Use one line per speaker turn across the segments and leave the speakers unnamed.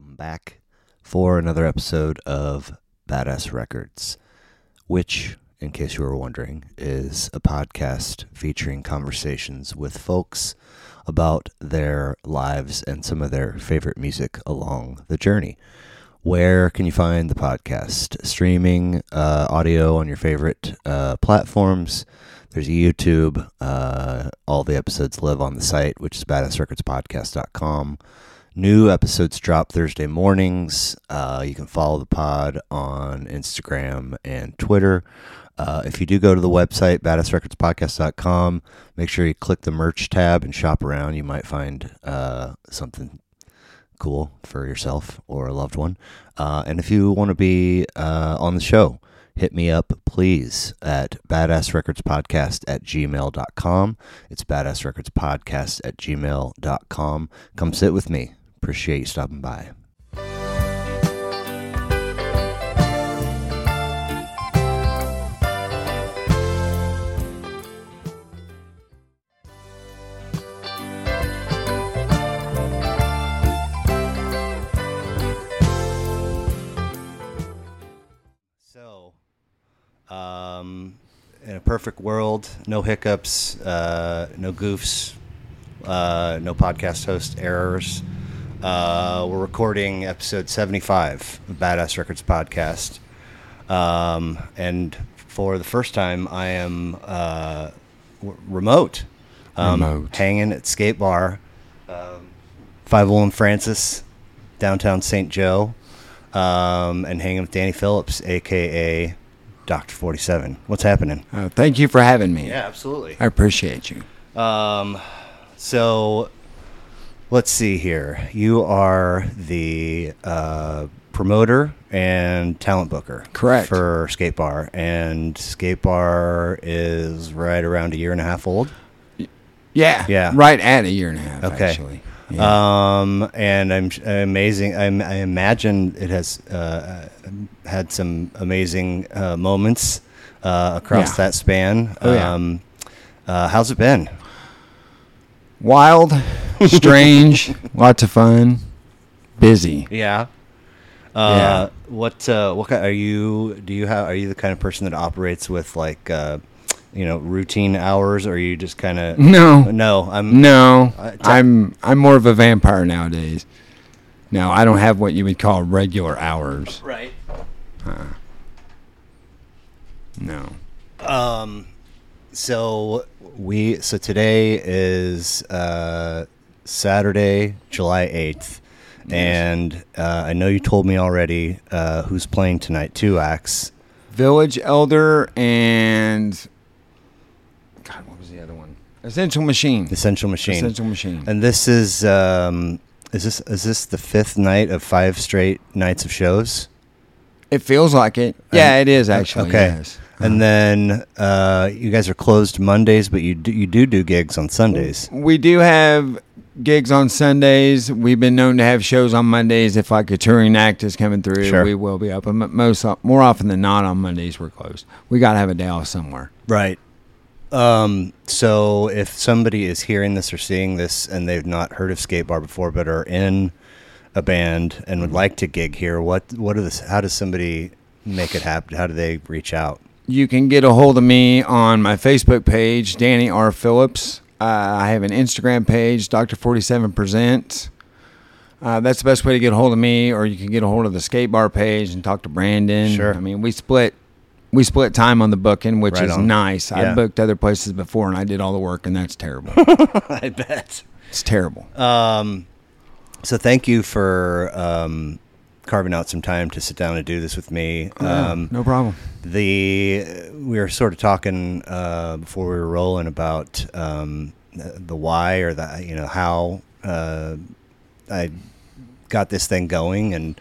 back for another episode of Badass Records, which, in case you were wondering, is a podcast featuring conversations with folks about their lives and some of their favorite music along the journey. Where can you find the podcast? Streaming uh, audio on your favorite uh, platforms. There's a YouTube. Uh, all the episodes live on the site, which is badassrecordspodcast.com. New episodes drop Thursday mornings. Uh, you can follow the pod on Instagram and Twitter. Uh, if you do go to the website, badassrecordspodcast.com, make sure you click the merch tab and shop around. You might find uh, something cool for yourself or a loved one. Uh, and if you want to be uh, on the show, hit me up, please, at badassrecordspodcast at gmail.com. It's badassrecordspodcast at gmail.com. Come sit with me. Appreciate you stopping by. So, um, in a perfect world, no hiccups, uh, no goofs, uh, no podcast host errors. Uh, we're recording episode 75 of Badass Records Podcast. Um, and for the first time, I am uh, w- remote. Um,
Remote.
Hanging at Skate Bar, um, 501 Francis, downtown St. Joe, um, and hanging with Danny Phillips, a.k.a. Dr. 47. What's happening?
Uh, thank you for having me.
absolutely.
I appreciate you.
So let's see here. You are the uh, promoter and talent booker.
Correct.
For Skate Bar. And Skate Bar is right around a year and a half old.
Yeah.
Yeah.
Right at a year and a half,
Okay. Uh,
actually. Yeah.
Um, and I'm sh- amazing. I'm, I imagine it has uh, had some amazing uh, moments uh, across
Yeah.
that span.
Oh, yeah.
Um, uh, how's it been?
Wild, strange, lots of fun, busy.
Yeah. Uh, What uh, what kind, are you? Do you have? Are you the kind of person that operates with like, uh, you know, routine hours? Or are you just kind of
No.
No, I'm
No,
Uh, t-
I'm I'm more of a vampire nowadays. No, I don't have what you would call regular hours.
right.
No.
So we so today is uh, Saturday, July eighth, and uh, I know you told me already uh, who's playing tonight. Two acts.
Village Elder and God, what was the other one? Essential Machine.
Essential Machine.
Essential Machine.
And this is um, is this is this the fifth night of five straight nights of shows?
It feels like it. Yeah, it is actually.
okay.
Yes.
And then uh, you guys are closed Mondays, but you do, you do do gigs on Sundays.
We do have gigs on Sundays. We've been known to have shows on Mondays. If like a touring act is coming through,
Sure.
we will be up. But mo- most more often than not, on Mondays we're closed. We got to have a day off somewhere.
Right. Um, so if somebody is hearing this or seeing this and they've not heard of Skate Bar before, but are in a band and would like to gig here, what what are this? How does somebody make it happen? How do they reach out?
You can get a hold of me on my Facebook page, Danny R. Phillips. Uh, I have an Instagram page, Doctor Forty Seven Presents. Uh, that's the best way to get a hold of me, or you can get a hold of the skate bar page and talk to Brandon.
Sure.
I mean, we split we split time on the booking, which
Right
is
on.
nice.
Yeah.
I booked other places before, and I did all the work, and that's terrible.
I bet.
it's terrible.
So thank you for um, carving out some time to sit down and do this with me. Um,
no problem.
the we were sort of talking uh, before we were rolling about um, the why or the you know how uh, I got this thing going, and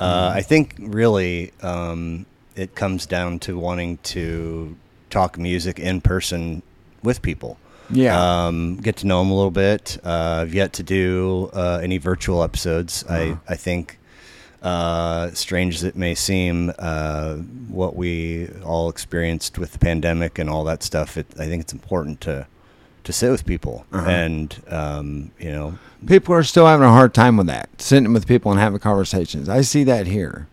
uh, I think really um, it comes down to wanting to talk music in person with people.
Yeah.
Um, get to know them a little bit. Uh, I've yet to do uh, any virtual episodes.
Uh-huh.
I, I think, uh, strange as it may seem, uh, what we all experienced with the pandemic and all that stuff, it, I think it's important to to sit with people,
Uh-huh.
and um, you know,
People are still having a hard time with that, sitting with people and having conversations. I see that here,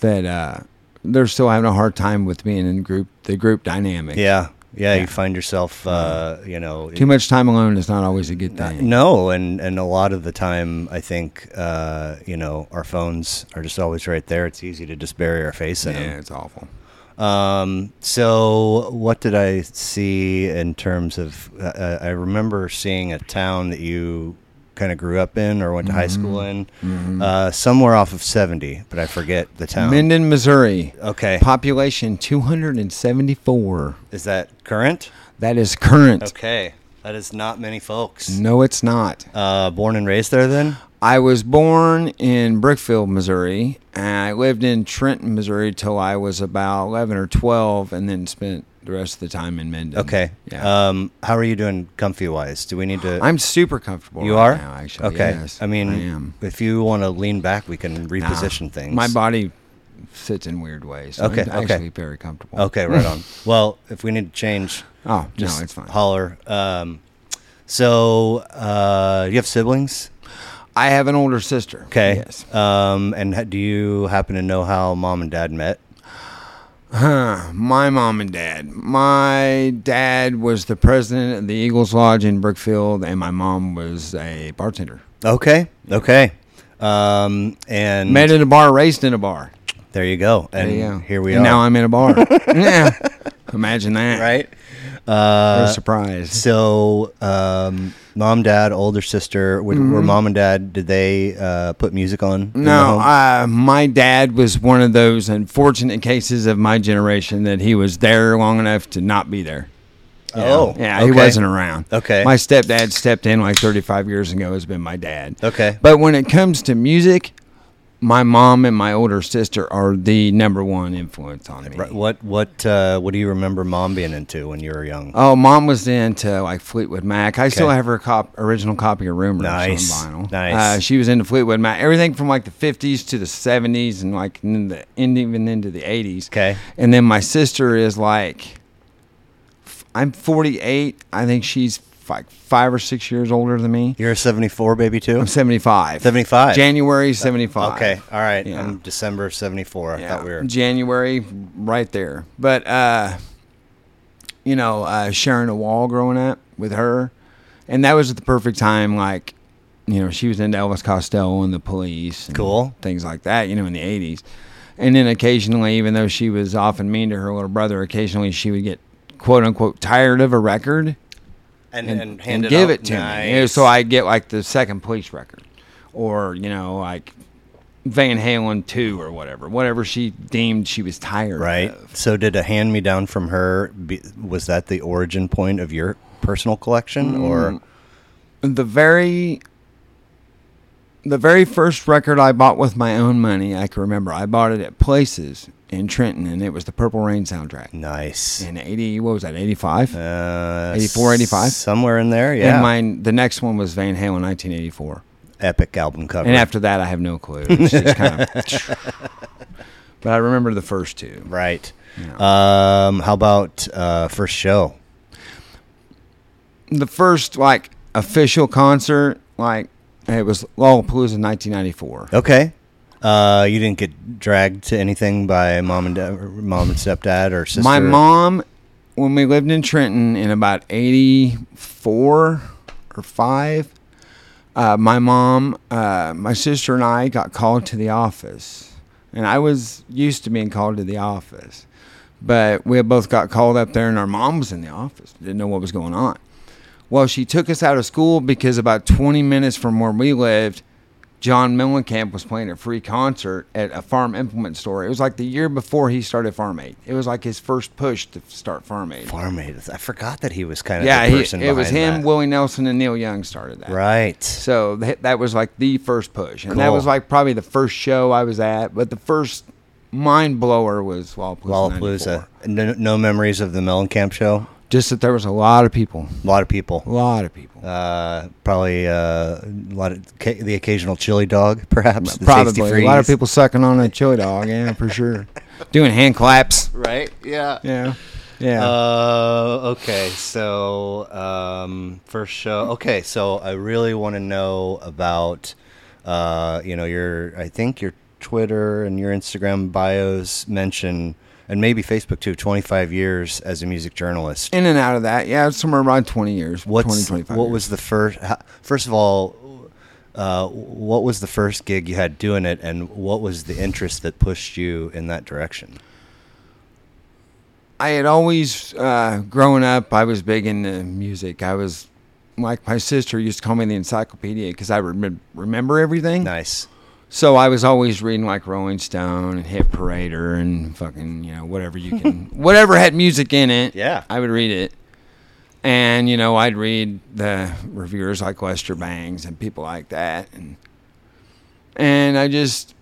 that uh, they're still having a hard time with being in group, the group dynamic.
yeah, yeah,
Yeah. Uh-huh.
you find yourself, uh, you know,
Too much time alone is not always a good
Uh,
thing.
no, and and a lot of the time, I think uh, you know our phones are just always right there. It's easy to just bury our face in
yeah,
them.
it's awful.
Um, so, what did I see in terms of? Uh, uh, I remember seeing a town that you kind of grew up in or went to high school
Mm-hmm.
in, uh, somewhere off of seventy, but I forget the town.
Minden, Missouri,
okay,
population 274.
is that current?
That is current.
Okay, that is not many folks.
No, it's not.
Uh, born and raised there, then.
I was born in Brickfield, Missouri, and I lived in Trenton, Missouri till I was about 11 or 12, and then spent the rest of the time in Minden.
Okay.
Yeah.
Um, how are you doing comfy wise? Do we need to?
I'm super comfortable.
You
right
are
now, actually.
Okay.
Yes,
I mean,
am.
if you want to lean back, we can
Nah,
reposition things.
My body sits in weird ways. So
Okay,
I'm
okay.
actually very comfortable.
Okay, right on. Well, if we need to change,
Oh,
just
no, it's fine.
holler. Um, so, uh, you have siblings?
I have an older sister.
Okay.
Yes.
Um, and ha- do you happen to know how mom and dad met?
Huh, my mom and dad. My dad was the president of the Eagles Lodge in Brookfield, and my mom was a bartender.
Okay. Okay. Um, and
Met in a bar, raised in a bar.
there you go.
There
And
you go.
here we
and
are.
Now I'm in a bar. yeah. Imagine that.
right.
What a
Uh,
surprise.
So, um, mom, dad, older sister. Would, Were mom and dad? Did they uh, put music on? in the
Mm-hmm. No,
home?
uh, my dad was one of those unfortunate cases of my generation that he was there long enough to not be there.
Oh,
yeah,
okay.
he wasn't around.
Okay.
my stepdad stepped in like 35 years ago. Has been my dad.
Okay.
But when it comes to music, my mom and my older sister are the number one influence on me.
Right, What what uh, what do you remember mom being into when you were young?
Oh, mom was into like Fleetwood Mac. I still
Okay.
have her cop original copy of Rumors
Nice.
on vinyl.
Nice.
Uh, she was into Fleetwood Mac. Everything from like the 50s to the 70s and like in the and even into the 80s.
Okay.
And then my sister is like, f- I'm 48. I think she's like five or six years older than me.
You're a 74 baby too.
I'm 75.
75.
January 75.
Okay. All right.
Yeah.
I'm December of 74. I thought we were
January, right there. But uh, you know, uh, sharing a wall growing up with her, and that was at the perfect time. Like, you know, she was into Elvis Costello and the Police, and
Cool.
things like that. You know, in the '80s, and then occasionally, even though she was often mean to her little brother, occasionally she would get quote unquote tired of a record
and
and,
and,
and
hand out.
give it to
Nice.
me. You know, so I get like the second police record, or you know, like Van Halen two or whatever, whatever she deemed she was tired.
right.
of.
So did a hand me down from her? Be, was that the origin point of your personal collection or
The very, the very first record I bought with my own money, I can remember. I bought it at Places in Trenton, and it was the Purple Rain soundtrack.
nice?
In eighty, what was that? Eighty five.
Uh,
84, 85?
somewhere in there. Yeah.
And mine, the next one was Van Halen, 1984.
epic album cover.
And after that, I have no clue. It's just kind of, but I remember the first two.
right.
you know.
Um, how about uh, first show?
the first like official concert, like it was Lollapalooza in 1994.
Okay. Uh, you didn't get dragged to anything by mom and dad, mom and stepdad or sister.
My mom, when we lived in Trenton in about 84 or 5, uh, my mom, uh, my sister, and I got called to the office. And I was used to being called to the office. But we both got called up there, and our mom was in the office, didn't know what was going on. Well, she took us out of school because about 20 minutes from where we lived, John Mellencamp was playing a free concert at a farm implement store. It was like the year before he started Farm Aid. It was like his first push to start Farm Aid.
farm aid. I forgot that he was kind of
yeah,
the
he,
person
it was
behind
him,
that.
Willie Nelson, and Neil Young started that.
right.
So th- that was like the first push, and that
Cool.
was like probably the first show I was at. But the first mind blower was Lollapalooza.
Lollapalooza.
94.
No, no memories of the Mellencamp show.
Just that there was a lot of people,
A lot of
a
people.
lot of people.
Uh, probably uh, a lot of ca- the occasional chili dog, perhaps. the tasty
Probably a lot of
freeze.
people sucking on a chili dog, yeah, for sure. Doing hand claps,
Right. Yeah.
yeah. Yeah.
Uh, okay. So um, first show. Okay. So I really want to know about, uh, you know, your. I think your Twitter and your Instagram bios mention, and maybe Facebook too. Twenty five years as a music journalist.
In and out of that, yeah, somewhere around twenty years.
What's
20, 25
what
years.
was the first? ho- First of all. Uh, what was the first gig you had doing it, and what was the interest that pushed you in that direction?
I had always uh, growing up. I was big into music. I was like my sister used to call me the encyclopedia because I remem- remember everything.
Nice.
So I was always reading like Rolling Stone and Hit Parader and fucking you know whatever you can whatever had music in it.
Yeah.
I would read it, and you know I'd read the reviewers like Lester Bangs and people like that, and and I just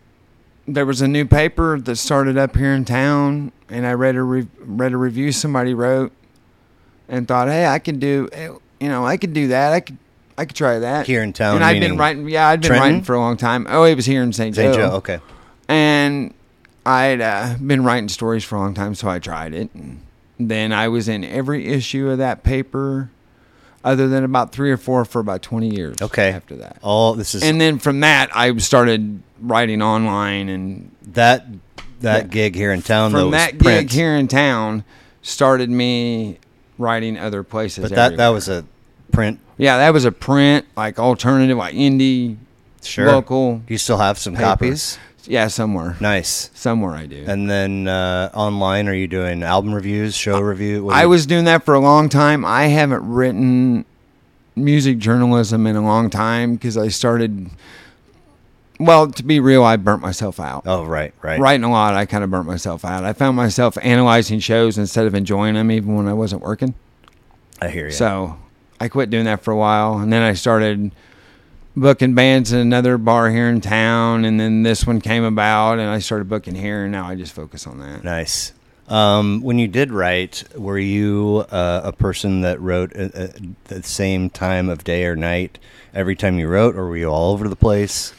there was a new paper that started up here in town, and I read a re- read a review somebody wrote, and thought, hey, I could do eh, you know I could do that I could. I could try that
Here in town,
and I'd been
meaning-
writing. Yeah, I'd been
Trenton?
writing for a long time. Oh, it was here in St.
St.
Joe.
Joe. Okay.
And I'd uh, been writing stories for a long time, so I tried it. And then I was in every issue of that paper, other than about three or four for about 20 years
Okay.
after that.
All this is
And then from that, I started writing online. And
that that
Yeah.
gig here in town though
from
was
that gig
print,
here in town, started me writing other places.
but that that
everywhere.
was a print.
Yeah, that was a print, like alternative, like indie.
Sure.
Local
Do you still have some
paper.
copies?
Yeah, somewhere.
Nice.
Somewhere I do.
And then uh, online, are you doing album reviews, show review? What do
I
you-
was doing that for a long time. I haven't written music journalism in a long time because I started. Well, to be real, I burnt myself out.
Oh right, right,
Writing a lot, I kind of burnt myself out. I found myself analyzing shows instead of enjoying them, even when I wasn't working.
I hear you.
So I quit doing that for a while, and then I started booking bands in another bar here in town, and then this one came about, and I started booking here, and now I just focus on that.
nice. Um, when you did write, were you uh, a person that wrote at, at the same time of day or night every time you wrote, or were you all over the place?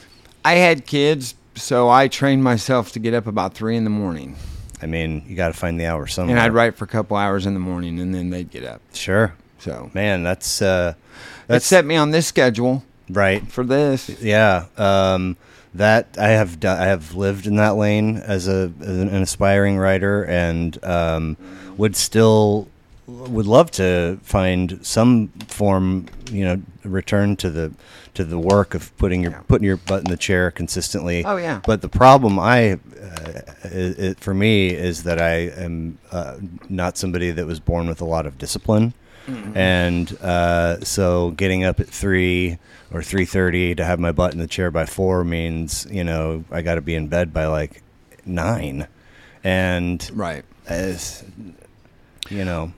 I had kids, so I trained myself to get up about three in the morning,
I mean, you got to find the hour somewhere.
and I'd write for a couple hours in the morning, and then they'd get up.
Sure,
So
man, that's uh,
that
that's
set me on this schedule
right.
for this.
Yeah, um, that I have done, I have lived in that lane as a as an aspiring writer, and um, would still would love to find some form, you know, return to the to the work of putting your putting your butt in the chair consistently.
Oh, yeah.
But the problem I uh, it, it, for me is that I am uh, not somebody that was born with a lot of discipline
Mm-hmm.
and uh, so getting up at three or three thirty to have my butt in the chair by four means you know I got to be in bed by like nine, and
Right.
as you know,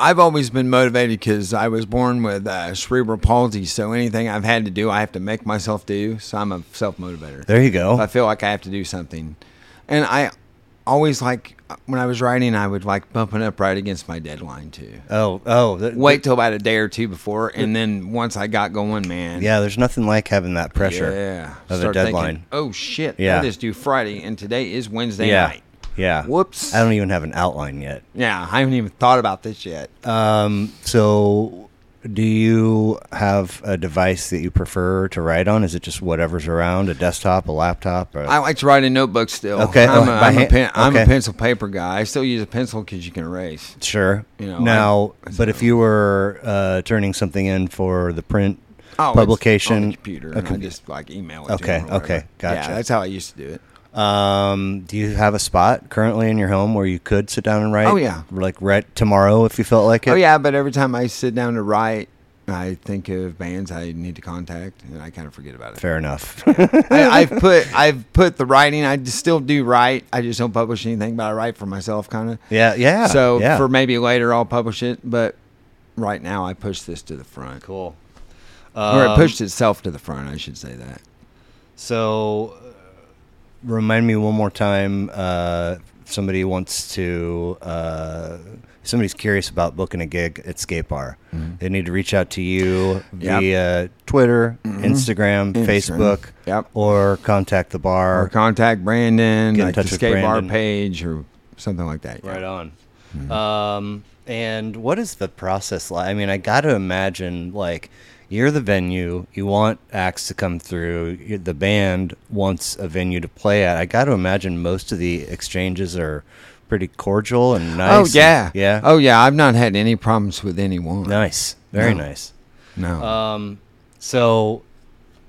I've always been motivated because I was born with uh, cerebral palsy, so anything I've had to do, I have to make myself do. So I'm a self motivator.
there you
I
go.
feel like I have to do something, and I always like when I was writing, I would like bumping up right against my deadline too.
Oh, oh, th-
Wait till about a day or two before, and then once I got going, man,
yeah. There's nothing like having that pressure.
Yeah.
of a
Start thinking,
deadline.
oh shit!
Yeah.
That is due Friday, and today is Wednesday
yeah,
night.
yeah.
Whoops.
I don't even have an outline yet.
Yeah, I haven't even thought about this yet.
Um, so. Do you have a device that you prefer to write on? Is it just whatever's around, a desktop, a laptop? Or?
I like to write in notebooks still.
Okay,
I'm,
oh,
a,
by
I'm, a,
hand-
pen, I'm a
okay.
pencil paper guy. I still use a pencil because you can erase.
Sure.
You know,
now,
I-
but if you were uh, turning something in for the print
Oh, it's on
publication,
the computer.
a
and I
com-
just like email it. to
Okay,
them or whatever.
okay, gotcha.
Yeah, that's how I used to do it.
um, do you have a spot currently in your home where you could sit down and write?
Oh, yeah.
like write tomorrow if you felt like it.
Oh yeah, but every time I sit down to write, I think of bands I need to contact, and I kind of forget about it.
fair enough.
I, I've put I've put the writing. I just still do write. I just don't publish anything, but I write for myself, kind of.
yeah, yeah.
so
yeah.
for maybe later, I'll publish it. But right now, I push this to the front,
cool.
or
Um,
it pushed itself to the front. I should say that.
So, uh, remind me one more time. Uh, somebody wants to. Uh, somebody's curious about booking a gig at Skate Bar. They need to reach out to you
Mm-hmm. Yep.
via Twitter, Instagram,
Instagram.
Facebook,
Yep.
or contact the bar.
Or contact Brandon,
Get in
like
touch
the
with
skate bar
Brandon.
page, or something like that. yeah.
right on. Um, and what is the process like? I mean, I got to imagine like you're the venue, you want acts to come through, you- the band wants a venue to play at. I got to imagine most of the exchanges are pretty cordial and
Oh
nice.
yeah,
and- yeah,
Oh yeah, I've not had any problems with anyone.
nice, very
No.
nice.
No.
Um, so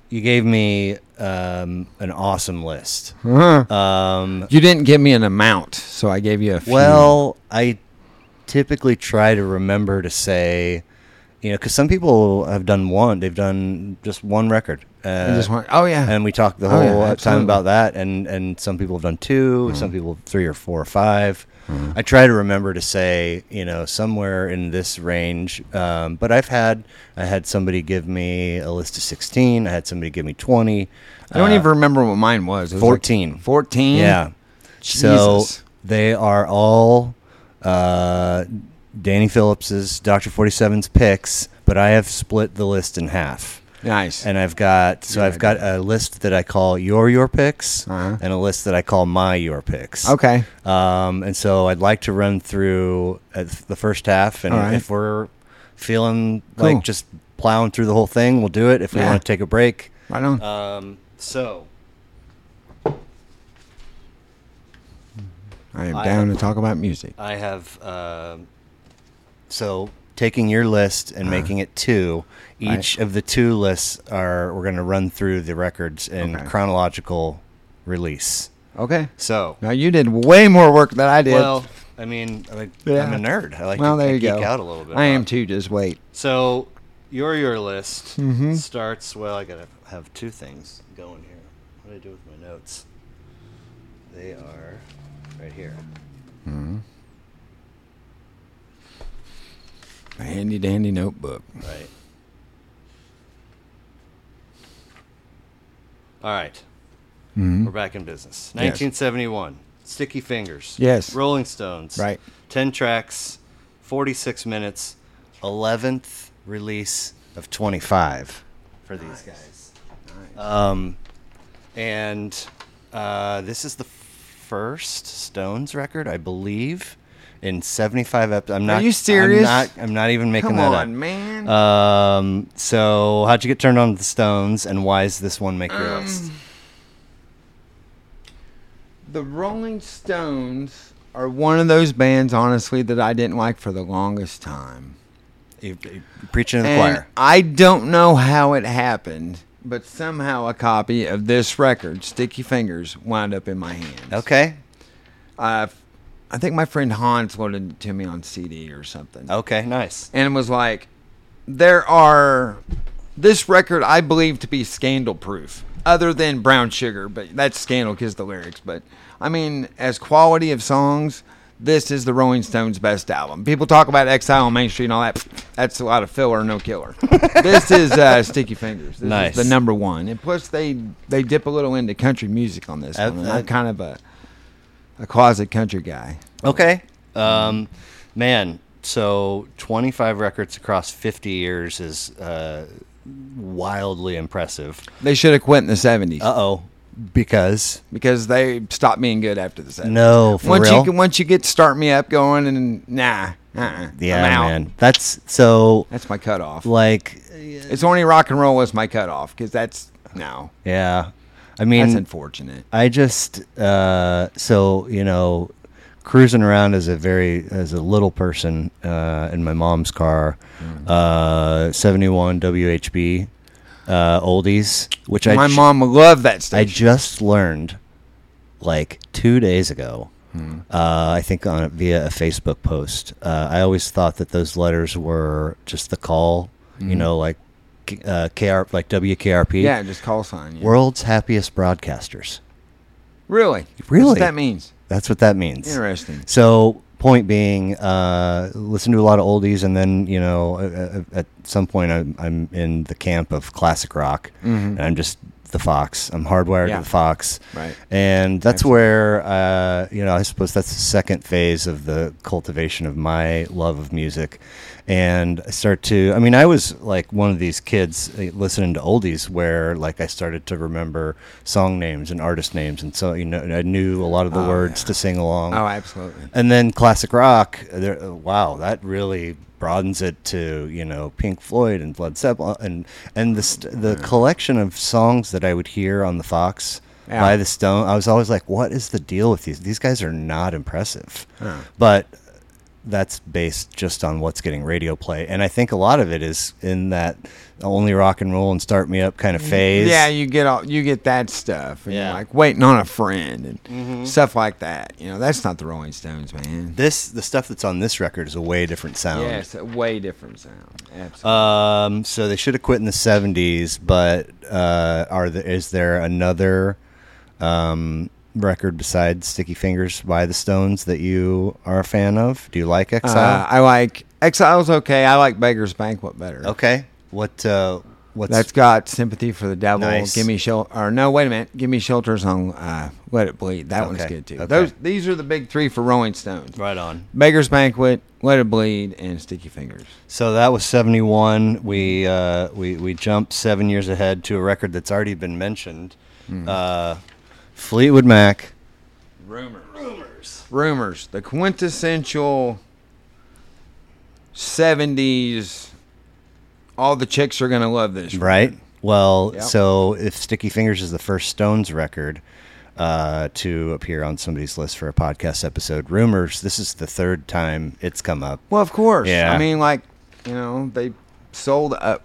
you gave me um, an awesome list.
Huh.
Um,
you didn't give me an amount, so I gave you a few.
Well, I typically try to remember to say, you know, because some people have done one, they've done just one record.
I
Uh,
just want. Oh yeah.
and we talked the
Oh,
whole
yeah,
time
absolutely. Mm-hmm.
about that, and and some people have done 2 some people three or four or 5 I try to remember to say, you know, somewhere in this range. Um, but I've had I had somebody give me a list of sixteen. I had somebody give me twenty.
I don't
uh,
even remember what mine was. It was like
14.
Fourteen.
Yeah.
Jesus.
So they are all uh, Danny Phillips's, Dr. 47's picks, but I have split the list in half.
Nice.
And I've got so
Good
I've got a list that I call your your picks
Uh-huh.
and a list that I call my your picks.
okay.
Um, and so I'd like to run through uh, the first half, and
All right.
if we're feeling
Cool.
like just plowing through the whole thing, we'll do it. If we
Yeah.
want to take a break,
Right on.
um, so
I am
I
down
have-
to talk about music.
I have uh, so taking your list and
Uh-huh.
making it two. Each of the two lists are we're going to run through the records in
Okay.
chronological release.
Okay.
So
Now you did way more work than I did.
well, I mean, I, like- I'm
Yeah.
a nerd. I like
Well,
to
there
I
you
geek
go.
out a little bit.
I am
about-
too. Just wait.
So your your list
Mhm.
starts. Well, I gotta have two things going here. What do I do with my notes? They are right here.
A handy dandy notebook.
Right. All right. We're back in business. 1971. Sticky Fingers.
Yes.
Rolling Stones.
Right.
10 tracks, 46 minutes, 11th release of 25 for these guys. Um, and uh, this is the first Stones record, I believe, in 75 episodes. I'm not.
you serious?
I'm not, I'm not even making
Come
that
on,
up.
man.
Um, so how'd you get turned on to the Stones, and why is this one make your
Mm.
list?
The Rolling Stones are one of those bands, honestly, that I didn't like for the longest time.
You, you preaching to the
And
choir.
I don't know how it happened, but somehow a copy of this record, Sticky Fingers, wound up in my hands.
Okay.
Uh, I think my friend Hans loaded it to me on CD or something.
Okay. Nice.
And was like, there are. This record I believe to be scandal proof, other than Brown Sugar, but that's scandal because the lyrics. But I mean, as quality of songs, this is the Rolling Stones' best album. People talk about Exile on Main Street and all that. That's a lot of filler, no killer. this is uh, Sticky Fingers. This
Nice.
is the number one. And plus, they they dip a little into country music on this
Uh,
one. And
uh,
I'm kind of a a closet country guy.
Okay. Um, man. So 25 records across 50 years is uh, wildly impressive.
They should have quit in the '70s
Uh oh. Because
because they stopped being good after the '70s.
no, for
once
real.
you can, once you get start me up going and nah, uh-uh,
yeah,
I'm out.
man. That's so
That's my cutoff.
like.
It's only rock and roll is my cutoff because that's no,
Yeah. I
that's
mean,
unfortunate.
I just uh, so you know, cruising around as a very as a little person uh, in my mom's car,
Mm.
uh, seventy one WHB uh, oldies, which I
my
ju-
mom would love that
I
station.
just learned like two days ago.
Hmm.
Uh, I think on via a Facebook post. Uh, I always thought that those letters were just the call, you know, like K- uh, KR like WKRP.
Hmm. yeah, just call sign. Yeah.
World's happiest broadcasters.
Really,
Really?
That's what that means
That's what that means.
interesting.
So, point being, uh, listen to a lot of oldies, and then you know, at, at some point, I'm, I'm in the camp of classic rock, and I'm just the Fox. I'm hardwired
Mm-hmm. Yeah.
to the Fox.
Right.
And that's
Absolutely.
where, uh, you know, I suppose that's the second phase of the cultivation of my love of music. And I start to, I mean, I was like one of these kids eh, listening to oldies where like I started to remember song names and artist names. And so, you know, I knew a lot of the
Oh,
words
yeah.
to sing along.
Oh, absolutely.
And then classic rock, there, uh, wow, that really broadens it to you know Pink Floyd and Led Zeppelin and and the st-
Hmm.
the collection of songs that I would hear on the Fox
Yeah.
by the Stone. I was always like, what is the deal with these? These guys are not impressive,
Huh.
but that's based just on what's getting radio play, and I think a lot of it is in that only rock and roll and start me up kind of phase.
Mm-hmm. Yeah, you get all you get that stuff. And
Yeah.
you're like waiting on a friend and stuff like that. You know, that's not the Rolling Stones, man. Um,
This the stuff that's on this record is a way different sound.
Yeah, it's a way different sound. Absolutely.
Um, so they should have quit in the seventies, but uh, are there, is there another um, record besides Sticky Fingers by the Stones that you are a fan of? Do you like
Uh,
Exile?
I like Exile's okay. I like Beggar's Banquet better.
okay, what uh, what's
That's got sympathy for the devil.
Nice.
Give me shelter. Or no, wait a minute. Give me shelters on uh, Let It Bleed. That one's
Okay,
good too.
okay.
Those these are the big three for Rolling Stones:
right on?
Beggar's Banquet, Let It Bleed, and Sticky Fingers.
So that was seventy one. We uh, we we jumped seven years ahead to a record that's already been mentioned,
Hmm.
uh, Fleetwood Mac.
Rumors. Rumors. The quintessential 70s. All the chicks are going to love this.
Right. Well,
Yep.
so if Sticky Fingers is the first Stones record uh, to appear on somebody's list for a podcast episode, rumors this is the third time it's come up.
Well, of course.
Yeah.
I mean, like, you know, they sold a,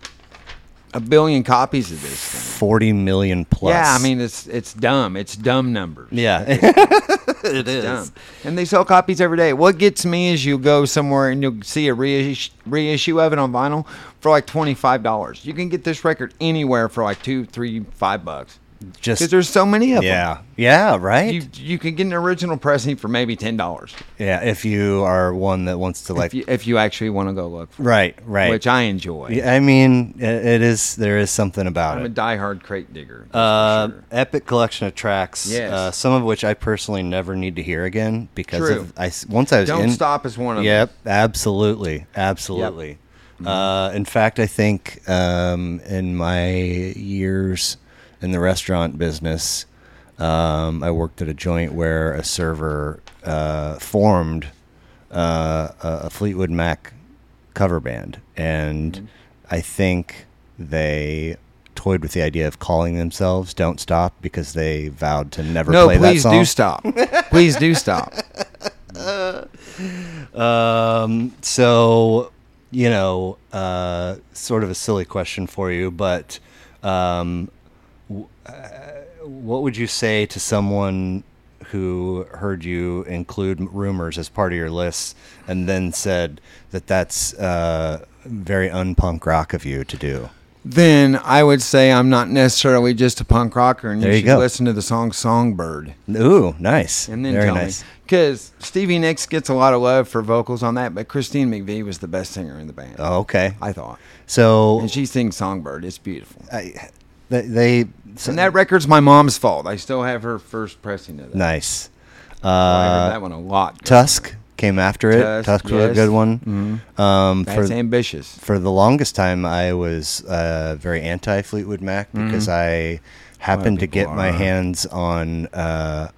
a billion copies of this thing.
Forty million plus.
Yeah, I mean, it's it's dumb. It's dumb numbers.
yeah, it is.
Dumb. And they sell copies every day. What gets me is you go somewhere and you'll see a reissue, reissue of it on vinyl for like twenty five dollars. You can get this record anywhere for like two, three, five bucks because
Just
there's so many of them.
yeah, yeah, right.
You you can get an original pressing for maybe ten dollars
yeah, if you are one that wants to like,
if you, if you actually want to go look for,
right, right.
it, which I enjoy.
Yeah, I mean, i- it is. There is something about
I'm
it.
a diehard crate digger. that's for
Uh,
sure.
epic collection of tracks.
Yes.
Uh, some of which I personally never need to hear again because
True.
of I s- once I was
Don't
in,
stop is one of
Yep, absolutely, absolutely. Uh, in fact, I think um, in my years in the restaurant business, um, I worked at a joint where a server uh, formed uh, a a Fleetwood Mac cover band, and
Mm-hmm.
I think they toyed with the idea of calling themselves "Don't Stop" because they vowed to never
them.
play
No, please
that song.
do stop. please do stop.
Um, so, you know, uh, sort of a silly question for you, but um, w- uh, what would you say to someone who heard you include rumors as part of your list and then said that that's uh, very unpunk rock of you to do?
then I would say I'm not necessarily just a punk rocker, and
There you
should
go.
listen to the song "Songbird"
Ooh, nice.
and then
very
tell
nice.
because Stevie Nicks gets a lot of love for vocals on that, but Christine McVie was the best singer in the band.
Oh, okay.
I thought,
So
and she sings "Songbird." It's beautiful.
I, they, they so,
And that record's my mom's fault. I still have her first pressing of that.
nice.
I heard
Uh,
that one a lot.
Tusk came after it. Tusk,
Tusk,
was a
yes. Mm-hmm.
good one. Um, for
That's ambitious.
for the longest time, I was uh, very anti Fleetwood Mac because I happened to
Mm-hmm. people
get my
are.
hands on uh,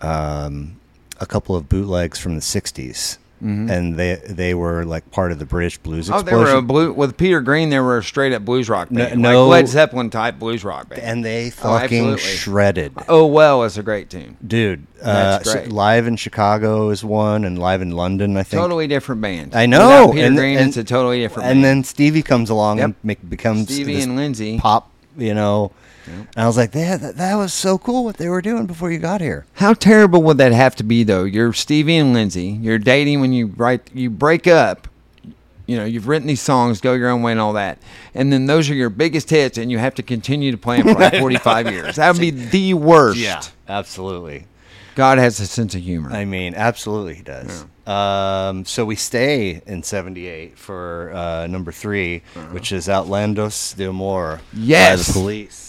um, a couple of bootlegs from the '60s, and they they were like part of the British blues
Mm-hmm. Oh, they
explosion.
were a blue with Peter Green. They were a straight up blues rock
No-
band,
no-
like Led Zeppelin type blues rock band.
and they fucking
Oh, absolutely.
shredded.
oh well, it's a great tune.
Dude, uh,
That's
so
great.
live in Chicago is one, and live in London, I think.
Totally different band.
I know,
Without Peter
and-
Green,
and-
it's a totally different.
and
band.
then Stevie comes along
Yep.
and make, becomes
Stevie
this
and Lindsay.
pop, you know. And I was like, yeah, that, that was so cool what they were doing before you got here.
How terrible would that have to be though? You're Stevie and Lindsay. You're dating when you write you break up. You know, you've written these songs, go your own way and all that. And then those are your biggest hits and you have to continue to play them for like 45 years. That would be the worst.
absolutely.
God has a sense of humor.
I mean, absolutely he does. Um, so we stay in 78 for uh, number 3 which is Outlandos de Amor by
Uh-huh. Yes.
the Police.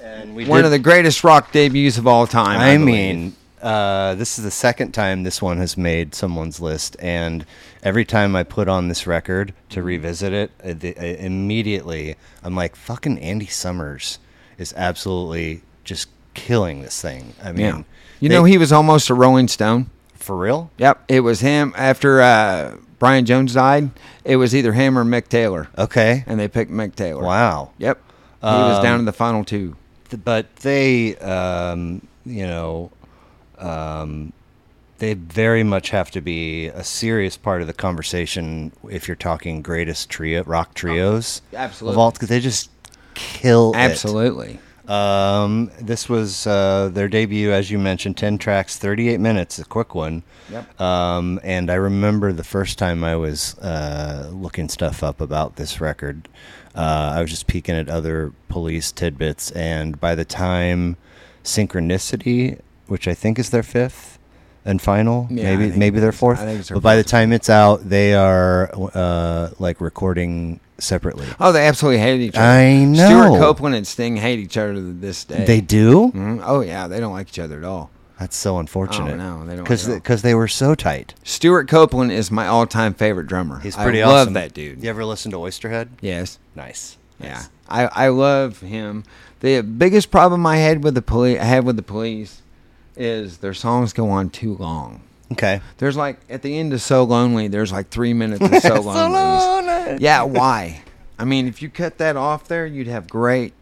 And we
One
did-
of the greatest rock debuts of all time.
I,
I, believe.
mean, uh, this is the second time this one has made someone's list, and every time I put on this record
Mm-hmm.
to revisit it, uh, the, uh, immediately I'm like, "Fucking Andy Summers is absolutely just killing this thing." I mean,
yeah. You
they-
know, he was almost a Rolling Stone.
for real?
Yep, it was him after uh, Brian Jones died. It was either him or Mick Taylor,
Okay,
and they picked Mick Taylor.
wow.
Yep, he was
Um,
down in the final two.
Th- But they, um, you know, um, they very much have to be a serious part of the conversation if you're talking greatest trio rock trios.
absolutely.
Of all, because they just kill it.
Absolutely.
Um, this was uh, their debut, as you mentioned, ten tracks, thirty-eight minutes, a quick one.
Yep.
Um, and I remember the first time I was uh, looking stuff up about this record, uh, I was just peeking at other police tidbits, and by the time Synchronicity, which I think is their fifth and final,
Yeah, I
maybe
think
maybe their
it's-
fourth,
I think it's their
but by the
fourth.
time it's out, they are uh, like recording separately.
Oh, they absolutely hated each other.
I know.
Stuart Copeland and Sting hate each other to this day.
They do.
Mhm. Oh yeah, they don't like each other at all.
That's so unfortunate.
Oh, no, they don't
because
at all.
because they were so tight.
Stuart Copeland is my all-time favorite drummer.
He's pretty
I
awesome.
love that dude.
You ever listen to Oysterhead?
Yes.
Nice.
Yeah, I, I love him. The biggest problem I had with the police I had with the police is their songs go on too long.
Okay.
There's like at the end of So Lonely, there's like three minutes of So Lonely.
Lonely.
yeah, why? I mean, if you cut that off there, you'd have great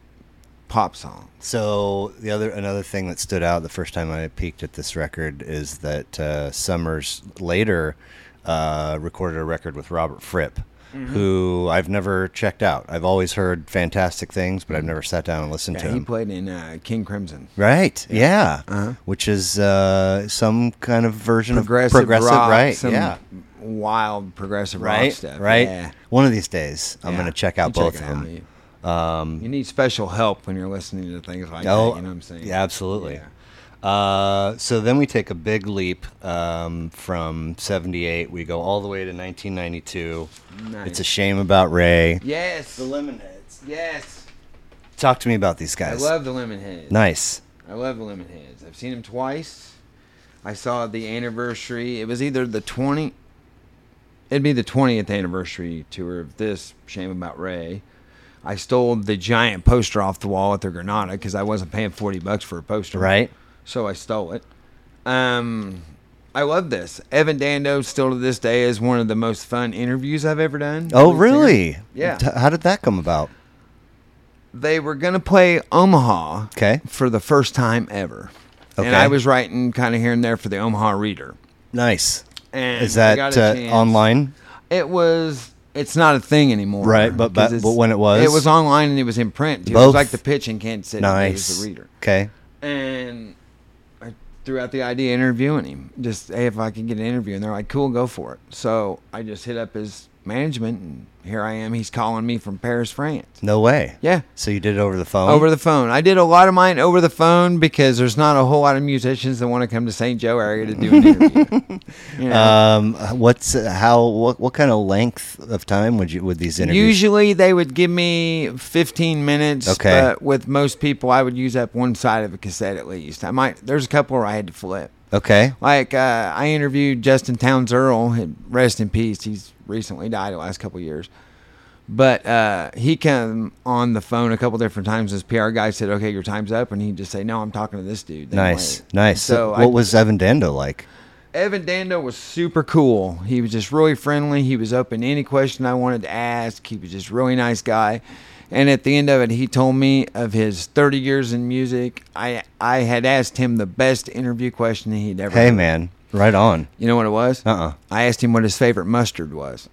pop songs.
So the other another thing that stood out the first time I peeked at this record is that uh, Summers later uh, recorded a record with Robert Fripp,
Mm-hmm.
who I've never checked out. I've always heard fantastic things, but I've never sat down and listened to
Yeah,
him.
he played in uh, King Crimson.
Right. Yeah.
Uh-huh.
Which is uh, some kind of version
Progressive,
of progressive,
rock,
right?
some
Yeah.
wild progressive
Right.
rock stuff.
Right.
yeah.
One of these days, I'm
Yeah.
going to check out
You
both
it
of
out.
them. Um,
You- you need special help when you're listening to things like that. You know what I'm saying?
Oh, Yeah, absolutely.
Yeah.
Uh, so then we take a big leap um, from 78. We go all the way to 1992. It's a
Nice.
shame about Ray.
Yes.
Lemonheads.
Yes.
Talk to me about these
I
guys.
love the Lemonheads.
nice.
I love the Lemonheads. I've seen them twice. I saw the anniversary. It was either the 20 It'd be the 20th anniversary tour of this Shame About Ray. I stole the giant poster off the wall at the Granada because I wasn't paying 40 bucks for a poster.
Right.
So I stole it. Um, I love this. Evan Dando, still to this day, is one of the most fun interviews I've ever done.
Oh,
Lead singer.
really?
Yeah.
T- how did that come about?
They were going to play Omaha
Okay.
for the first time ever.
Okay.
And I was writing kind of here and there for the Omaha Reader.
Nice.
And
Is
I
that
got a
uh,
chance-
online?
It was. It's not a thing anymore.
Right, but-
'cause
but-
it's-
but when it was?
it was online and it was in print. Too. It
Both.
was like the pitch in Kansas City. It was
Nice.
the Reader.
Okay.
and I threw out the idea of interviewing him. Just hey, if I can get an interview, and they're like, "Cool, go for it." So I just hit up his management, and here I am. He's calling me from Paris, France.
No way.
Yeah,
So you did it over the phone?
over the phone. I did a lot of mine over the phone because there's not a whole lot of musicians that want to come to St. Joe area to do an interview. You know?
Um, what's how what what kind of length of time would you would these interviews?
Usually they would give me 15 minutes.
Okay.
But with most people, I would use up one side of a cassette at least. I might. There's a couple where I had to flip.
Okay,
Like uh, I interviewed Justin Towns Earl, and rest in peace. He's recently died the last couple of years, but uh, he came on the phone a couple different times. His PR guy said, "Okay, your time's up," and he'd just say, "No, I'm talking to this dude." Then
nice,
wait.
nice. So,
So
what
I-
was Evan Dando like?
Evan Dando was super cool. He was just really friendly. He was open to any question I wanted to ask. He was just a really nice guy. And at the end of it, he told me of his 30 years in music. I I had asked him the best interview question he'd ever.
Hey
heard.
man, right on.
You know what it was?
Uh uh
I asked him what his favorite mustard was.